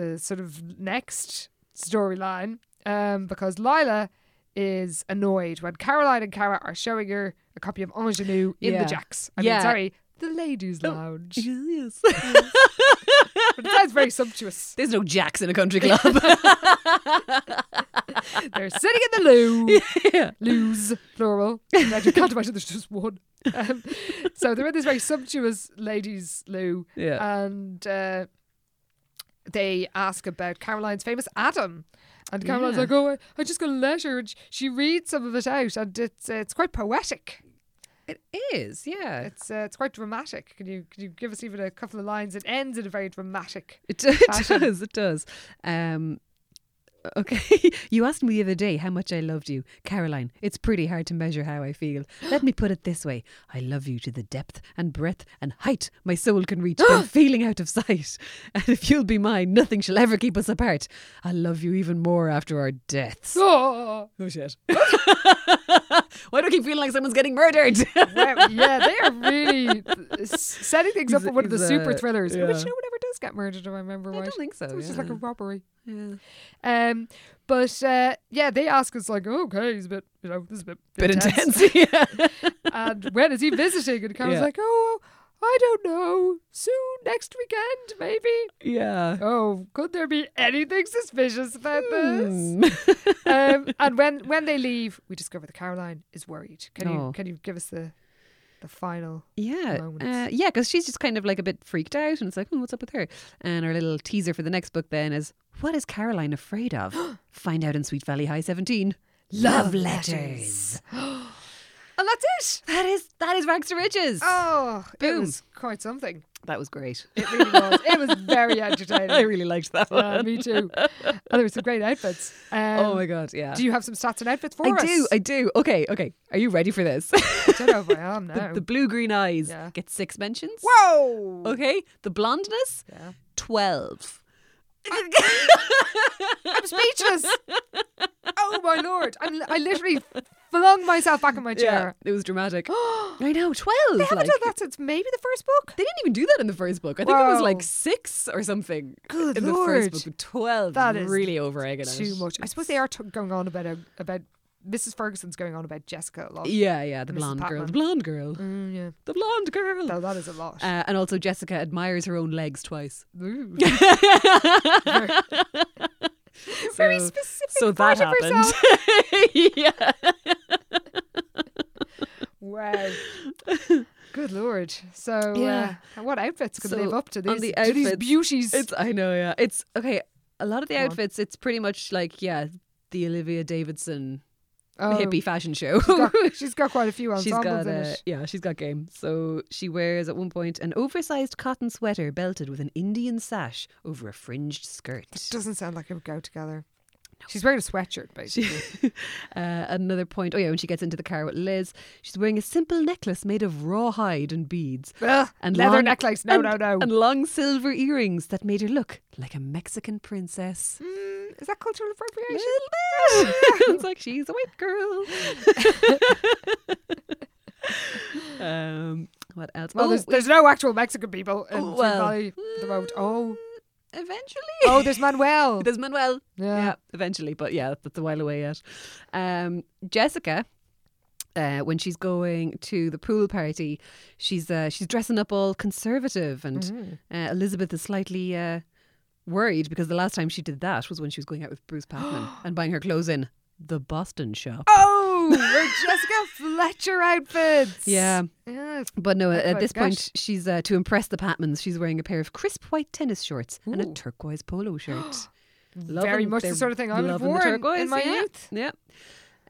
Speaker 2: the sort of next storyline um, because Lila is annoyed when Caroline and Cara are showing her a copy of Ingenue in
Speaker 3: Yeah.
Speaker 2: the Jacks. I
Speaker 3: Yeah. Oh.
Speaker 2: mean, sorry, the ladies' lounge.
Speaker 3: Yes.
Speaker 2: but it sounds very sumptuous.
Speaker 3: There's no jacks in a country club.
Speaker 2: They're sitting in the loo.
Speaker 3: yeah.
Speaker 2: Loos, plural. I can't imagine there's just one. Um, so they're in this very sumptuous ladies' loo.
Speaker 3: Yeah.
Speaker 2: And uh, they ask about Caroline's famous Adam. And Caroline's
Speaker 3: Yeah.
Speaker 2: like, oh, I, I just got a letter. And sh- she reads some of it out, and it's uh, it's quite poetic.
Speaker 3: It is, yeah.
Speaker 2: It's uh, it's quite dramatic. Can you can you give us even a couple of lines? It ends in a very dramatic.
Speaker 3: It, do- it
Speaker 2: Fashion.
Speaker 3: does, it does. Um, okay. you asked me the other day how much I loved you. Caroline, it's pretty hard to measure how I feel. Let me put it this way I love you to the depth and breadth and height my soul can reach by feeling out of sight. And if you'll be mine, nothing shall ever keep us apart. I'll love you even more after our deaths.
Speaker 2: Oh,
Speaker 3: Oh, shit. Why do I keep feeling like someone's getting murdered?
Speaker 2: Wow, yeah, they are really s- setting things up
Speaker 3: He's-
Speaker 2: for one of the
Speaker 3: he's,
Speaker 2: super
Speaker 3: uh,
Speaker 2: thrillers,
Speaker 3: yeah.
Speaker 2: which no one ever does get murdered, if I remember right.
Speaker 3: I don't think so.
Speaker 2: It was
Speaker 3: yeah.
Speaker 2: just like a robbery.
Speaker 3: yeah.
Speaker 2: Um, but uh, yeah, they ask us like, oh, okay, he's a bit, you know, this is a bit,
Speaker 3: bit intense. yeah.
Speaker 2: and when is he visiting? And Carol's
Speaker 3: Yeah.
Speaker 2: like, oh, I don't know, soon next weekend maybe.
Speaker 3: yeah.
Speaker 2: Oh, could there be anything suspicious about this?
Speaker 3: Hmm.
Speaker 2: um, and when when they leave, we discover that Caroline is worried. Can
Speaker 3: Oh.
Speaker 2: you can you give us the the final?
Speaker 3: Yeah,
Speaker 2: moments.
Speaker 3: uh, yeah, because she's just kind of like a bit freaked out, and it's like, hmm, what's up with her? And our little teaser for the next book then is, what is Caroline afraid of? Find out in Sweet Valley High Seventeen. Love letters.
Speaker 2: And that's it.
Speaker 3: That is that is rags to riches.
Speaker 2: Oh, it
Speaker 3: Boom.
Speaker 2: was quite something.
Speaker 3: that was great.
Speaker 2: It really was. It was very
Speaker 3: I
Speaker 2: entertaining.
Speaker 3: really liked that one.
Speaker 2: Yeah, me too. And there were some great outfits. Um,
Speaker 3: oh my god, yeah.
Speaker 2: Do you have some stats and outfits for
Speaker 3: I
Speaker 2: us?
Speaker 3: do, I do. Okay, okay. Are you ready for this?
Speaker 2: I don't know if I am
Speaker 3: the,
Speaker 2: now. Oh!
Speaker 3: the blue green eyes
Speaker 2: Yeah.
Speaker 3: get six mentions.
Speaker 2: Whoa!
Speaker 3: Okay, the blondness
Speaker 2: Yeah.
Speaker 3: twelve.
Speaker 2: I'm speechless. oh my lord! I'm, I literally flung myself back in my chair.
Speaker 3: it was dramatic. I know twelve.
Speaker 2: They haven't
Speaker 3: like-
Speaker 2: done that since maybe the first book.
Speaker 3: They didn't even do that in the first book. I think it was
Speaker 2: Wow.
Speaker 3: like six or something.
Speaker 2: Good
Speaker 3: in
Speaker 2: lord.
Speaker 3: the first book, twelve.
Speaker 2: That
Speaker 3: That
Speaker 2: is
Speaker 3: is really over egging it.
Speaker 2: too much. I suppose they are t- going on about a, about Mrs. Ferguson's going on about Jessica a lot.
Speaker 3: Yeah, yeah. The
Speaker 2: Mrs.
Speaker 3: blonde girl.
Speaker 2: Patman.
Speaker 3: The blonde girl.
Speaker 2: Mm, yeah.
Speaker 3: The blonde girl.
Speaker 2: No, that is a lot.
Speaker 3: Uh, and also, Jessica admires her own legs twice.
Speaker 2: Ooh.
Speaker 3: Very
Speaker 2: specific
Speaker 3: So
Speaker 2: part
Speaker 3: that
Speaker 2: of herself.
Speaker 3: happened. yeah.
Speaker 2: wow. Good lord. So
Speaker 3: Yeah.
Speaker 2: uh, what outfits could
Speaker 3: So,
Speaker 2: live up to these,
Speaker 3: on the
Speaker 2: to these
Speaker 3: outfits,
Speaker 2: beauties?
Speaker 3: It's. I know. Yeah. It's okay. A lot of the
Speaker 2: Go on.
Speaker 3: outfits. It's pretty much like yeah, the Olivia Davidson
Speaker 2: Oh,
Speaker 3: hippie fashion show.
Speaker 2: she's got- she's got quite a few
Speaker 3: She's
Speaker 2: ensembles
Speaker 3: got
Speaker 2: in
Speaker 3: a,
Speaker 2: it.
Speaker 3: yeah, she's got game. So she wears at one point an oversized cotton sweater belted with an Indian sash over a fringed skirt.
Speaker 2: Doesn't sound like it would go together. She's wearing a sweatshirt, basically.
Speaker 3: Uh, another point, oh yeah, when she gets into the car with Liz, she's wearing a simple necklace made of rawhide and beads,
Speaker 2: Ugh, leather
Speaker 3: long-
Speaker 2: necklace. No,
Speaker 3: and-
Speaker 2: no, no.
Speaker 3: and long silver earrings that made her look like a Mexican princess.
Speaker 2: Mm, is that cultural appropriation?
Speaker 3: Little bit. it's like she's a white girl. um, what else?
Speaker 2: Well,
Speaker 3: Oh,
Speaker 2: there's,
Speaker 3: we- Oh,
Speaker 2: there's no actual Mexican people in Sweet
Speaker 3: well. Mm.
Speaker 2: Valley at the moment. Oh,
Speaker 3: eventually.
Speaker 2: oh, there's Manuel.
Speaker 3: There's Manuel.
Speaker 2: Yeah.
Speaker 3: Yeah. eventually. But yeah, that's a while away yet. Um, Jessica. Uh, when she's going to the pool party, she's uh, she's dressing up all conservative, and uh, Elizabeth is slightly uh, worried because the last time she did that was when she was going out with Bruce Patman and buying her clothes in the Boston shop.
Speaker 2: Oh, we're Jessica Fletcher outfits.
Speaker 3: Yeah.
Speaker 2: Yeah.
Speaker 3: But no,
Speaker 2: That's
Speaker 3: at
Speaker 2: quite
Speaker 3: this
Speaker 2: the gash.
Speaker 3: point, she's uh, to impress the Patmans. She's wearing a pair of crisp white tennis shorts and a
Speaker 2: Ooh.
Speaker 3: turquoise polo shirt.
Speaker 2: Very
Speaker 3: Loving-
Speaker 2: much the
Speaker 3: they're
Speaker 2: sort of thing I would have
Speaker 3: loving the
Speaker 2: worn in
Speaker 3: turquoise,
Speaker 2: my
Speaker 3: yeah.
Speaker 2: youth.
Speaker 3: Yep.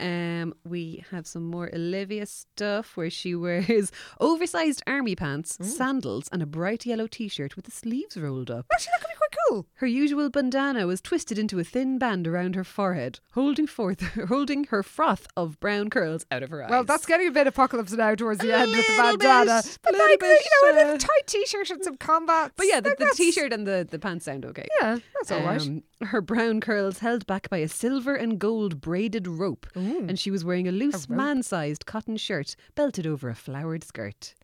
Speaker 3: Um, we have some more Olivia stuff where she wears oversized army pants, sandals, and a bright yellow t-shirt with the sleeves rolled up.
Speaker 2: Actually, that could be quite cool.
Speaker 3: Her usual bandana was twisted into a thin band around her forehead, holding forth, holding her froth of brown curls out of her eyes.
Speaker 2: Well, that's getting a bit apocalypse now towards the
Speaker 3: A
Speaker 2: end with the
Speaker 3: little bit,
Speaker 2: bandana. But
Speaker 3: a
Speaker 2: like, you
Speaker 3: little
Speaker 2: know, a
Speaker 3: bit,
Speaker 2: little
Speaker 3: uh,
Speaker 2: tight t-shirt and some combats.
Speaker 3: But yeah, the,
Speaker 2: Like,
Speaker 3: the
Speaker 2: that's-
Speaker 3: t-shirt and the, the pants sound okay.
Speaker 2: Yeah, that's all right.
Speaker 3: Um, her brown curls held back by a silver and gold braided rope, and she was wearing a loose, man sized cotton shirt belted over a flowered skirt.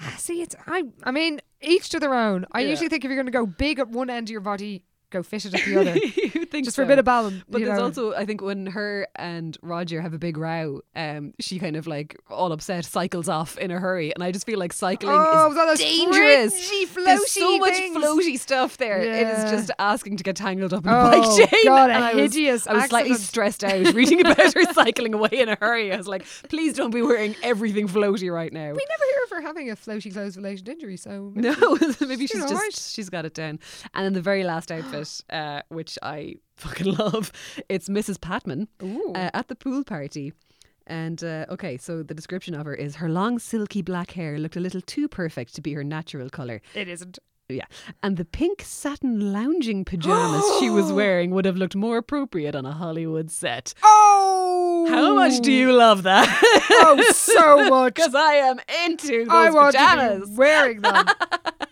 Speaker 2: Ah, See, it's I. I mean, each to their own. I
Speaker 3: Yeah.
Speaker 2: usually think if you're going to go big at one end of your body, go fit it at the other.
Speaker 3: you think
Speaker 2: Just for a bit of balance.
Speaker 3: But
Speaker 2: you
Speaker 3: there's
Speaker 2: know.
Speaker 3: also, I think, when her and Roger have a big row, um, she kind of like all upset cycles off in a hurry, and I just feel like cycling
Speaker 2: Oh,
Speaker 3: is
Speaker 2: that was
Speaker 3: dangerous.
Speaker 2: fringy,
Speaker 3: there's so
Speaker 2: floaty
Speaker 3: much
Speaker 2: things.
Speaker 3: floaty stuff there. It
Speaker 2: Yeah.
Speaker 3: is just asking to get tangled up in a
Speaker 2: Oh,
Speaker 3: bike chain.
Speaker 2: God, a
Speaker 3: And I was-
Speaker 2: hideous
Speaker 3: I was slightly
Speaker 2: accident.
Speaker 3: stressed out reading about her cycling away in a hurry. I was like, please don't be wearing everything floaty right now.
Speaker 2: We never hear of her having a floaty clothes related injury, so
Speaker 3: No, maybe
Speaker 2: she's
Speaker 3: she's
Speaker 2: doing
Speaker 3: just
Speaker 2: alright.
Speaker 3: she's got it down. And then the very last outfit, uh, which I fucking love, it's Mrs. Patman
Speaker 2: Ooh.
Speaker 3: uh, at the pool party. And uh, okay, so the description of her is her long silky black hair looked a little too perfect to be her natural color.
Speaker 2: it isn't.
Speaker 3: Yeah, and the pink satin lounging pajamas she was wearing would have looked more appropriate on a Hollywood set.
Speaker 2: Oh,
Speaker 3: How much do you love that?
Speaker 2: Oh, so much.
Speaker 3: Because I am into those
Speaker 2: I want
Speaker 3: pajamas.
Speaker 2: to be wearing them.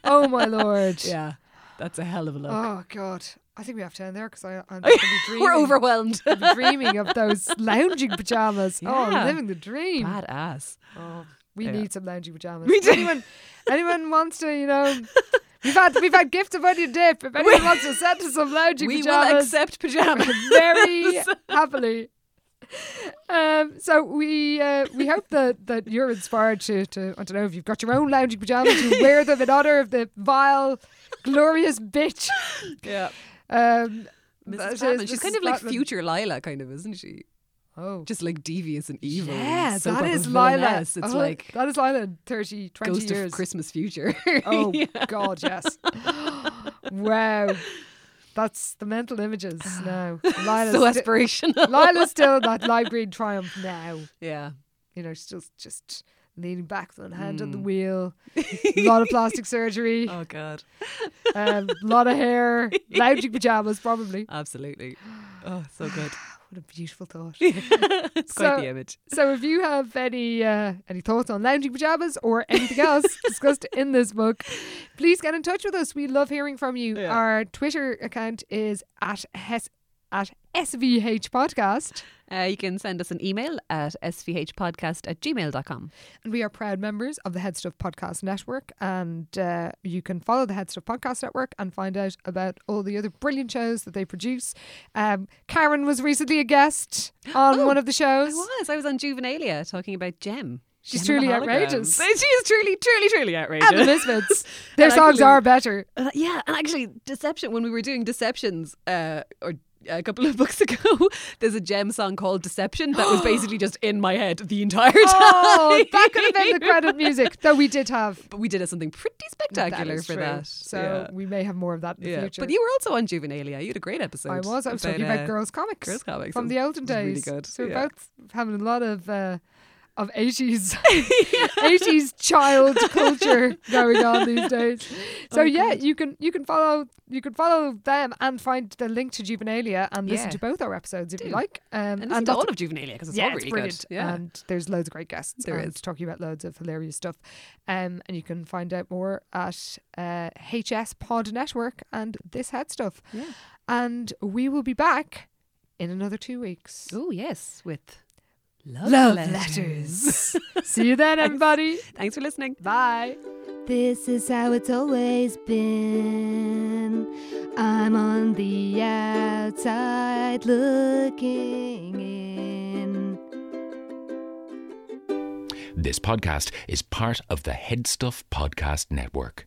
Speaker 2: oh my lord.
Speaker 3: Yeah. That's a hell of a look.
Speaker 2: Oh God, I think we have to end there because I'm just gonna be dreaming.
Speaker 3: We're overwhelmed.
Speaker 2: I'll be dreaming of those lounging pajamas. Oh,
Speaker 3: Yeah.
Speaker 2: I'm living the dream.
Speaker 3: Badass.
Speaker 2: Oh, we
Speaker 3: Yeah.
Speaker 2: need some lounging pajamas.
Speaker 3: We
Speaker 2: If
Speaker 3: do.
Speaker 2: Anyone, anyone wants to, you know, we've had we've had gift of onion dip. If anyone wants to send us some lounging
Speaker 3: We
Speaker 2: pajamas,
Speaker 3: will accept pajamas.
Speaker 2: very happily. Um, so we uh, we hope that, that you're inspired to, to I don't know if you've got your own lounging pajamas you wear them in honor of the vile, glorious bitch.
Speaker 3: yeah.
Speaker 2: Um, that
Speaker 3: Mrs.
Speaker 2: is
Speaker 3: Patman. She's kind
Speaker 2: Mrs.
Speaker 3: of like
Speaker 2: Patman.
Speaker 3: future Lila, kind of, isn't she?
Speaker 2: Oh,
Speaker 3: Just like devious and evil. and
Speaker 2: yeah,
Speaker 3: soap
Speaker 2: that
Speaker 3: opera
Speaker 2: is Lila.
Speaker 3: villainess. It's
Speaker 2: Oh,
Speaker 3: like
Speaker 2: that is Lila. in 30, 20
Speaker 3: Ghost
Speaker 2: years.
Speaker 3: of Christmas Future.
Speaker 2: Oh God, yes. wow, that's the mental images now. Lila's,
Speaker 3: so
Speaker 2: sti-
Speaker 3: aspirational.
Speaker 2: Lila's still in that light green triumph now.
Speaker 3: yeah.
Speaker 2: You know, she's just just leaning back, with one hand on the wheel. A lot of plastic surgery,
Speaker 3: Hmm. Oh God.
Speaker 2: um, a lot of hair, lounging pajamas, probably.
Speaker 3: Absolutely. Oh, so good.
Speaker 2: What a beautiful thought.
Speaker 3: it's quite
Speaker 2: So-
Speaker 3: the image.
Speaker 2: So, if you have any uh, any thoughts on lounging pajamas or anything else discussed in this book, please get in touch with us. We love hearing from you.
Speaker 3: Yeah.
Speaker 2: Our Twitter account is at Hes- at SVH Podcast,
Speaker 3: Uh, you can send us an email at svhpodcast at gmail.com.
Speaker 2: and we are proud members of the Head Stuff Podcast Network. And uh, you can follow the Head Stuff Podcast Network and find out about all the other brilliant shows that they produce. Um, Karen was recently a guest on one of the
Speaker 3: Oh, I
Speaker 2: shows.
Speaker 3: was. I was on Juvenalia talking about Gem.
Speaker 2: She's
Speaker 3: Gem and the
Speaker 2: truly outrageous.
Speaker 3: Holograms. She is truly, truly, truly outrageous.
Speaker 2: And the Misfits. Their
Speaker 3: And I
Speaker 2: songs
Speaker 3: couldn't-
Speaker 2: are better.
Speaker 3: Uh, yeah, and actually, Deception, when we were doing Deceptions, uh, or a couple of books ago, there's a gem song called Deception that was basically just in my head the entire time.
Speaker 2: Oh, that could have been the credit music, though we did have
Speaker 3: But we did have something pretty spectacular
Speaker 2: is
Speaker 3: for
Speaker 2: true.
Speaker 3: that.
Speaker 2: So
Speaker 3: yeah.
Speaker 2: we may have more of that in the
Speaker 3: Yeah.
Speaker 2: future.
Speaker 3: But you were also on Juvenalia. You had a great episode.
Speaker 2: I was. I was talking
Speaker 3: uh,
Speaker 2: about girls' comics,
Speaker 3: girls' comics.
Speaker 2: from
Speaker 3: It
Speaker 2: the olden
Speaker 3: was really
Speaker 2: days.
Speaker 3: good,
Speaker 2: So we're
Speaker 3: yeah.
Speaker 2: both having a lot of uh, of eighties eighties child culture going on these days.
Speaker 3: Oh,
Speaker 2: So yeah, you can you can follow you can follow them and find the link to Juvenalia and listen to
Speaker 3: Yeah.
Speaker 2: both our episodes if you
Speaker 3: Do.
Speaker 2: like. Um,
Speaker 3: And, and all
Speaker 2: lots
Speaker 3: of Juvenalia because it's um,
Speaker 2: yeah,
Speaker 3: all really
Speaker 2: it's brilliant.
Speaker 3: good. Yeah.
Speaker 2: And there's loads of great guests.
Speaker 3: There
Speaker 2: and
Speaker 3: is.
Speaker 2: Talking about loads of hilarious stuff. Um, and you can find out more at uh, HS Pod Network and This Head Stuff.
Speaker 3: Yeah.
Speaker 2: And we will be back in another two weeks.
Speaker 3: oh, yes, with love,
Speaker 2: Love
Speaker 3: letters.
Speaker 2: letters. See you then, everybody.
Speaker 3: Thanks for listening.
Speaker 2: Bye.
Speaker 4: This is how it's always been. I'm on the outside looking in.
Speaker 5: This podcast is part of the Headstuff Podcast Network.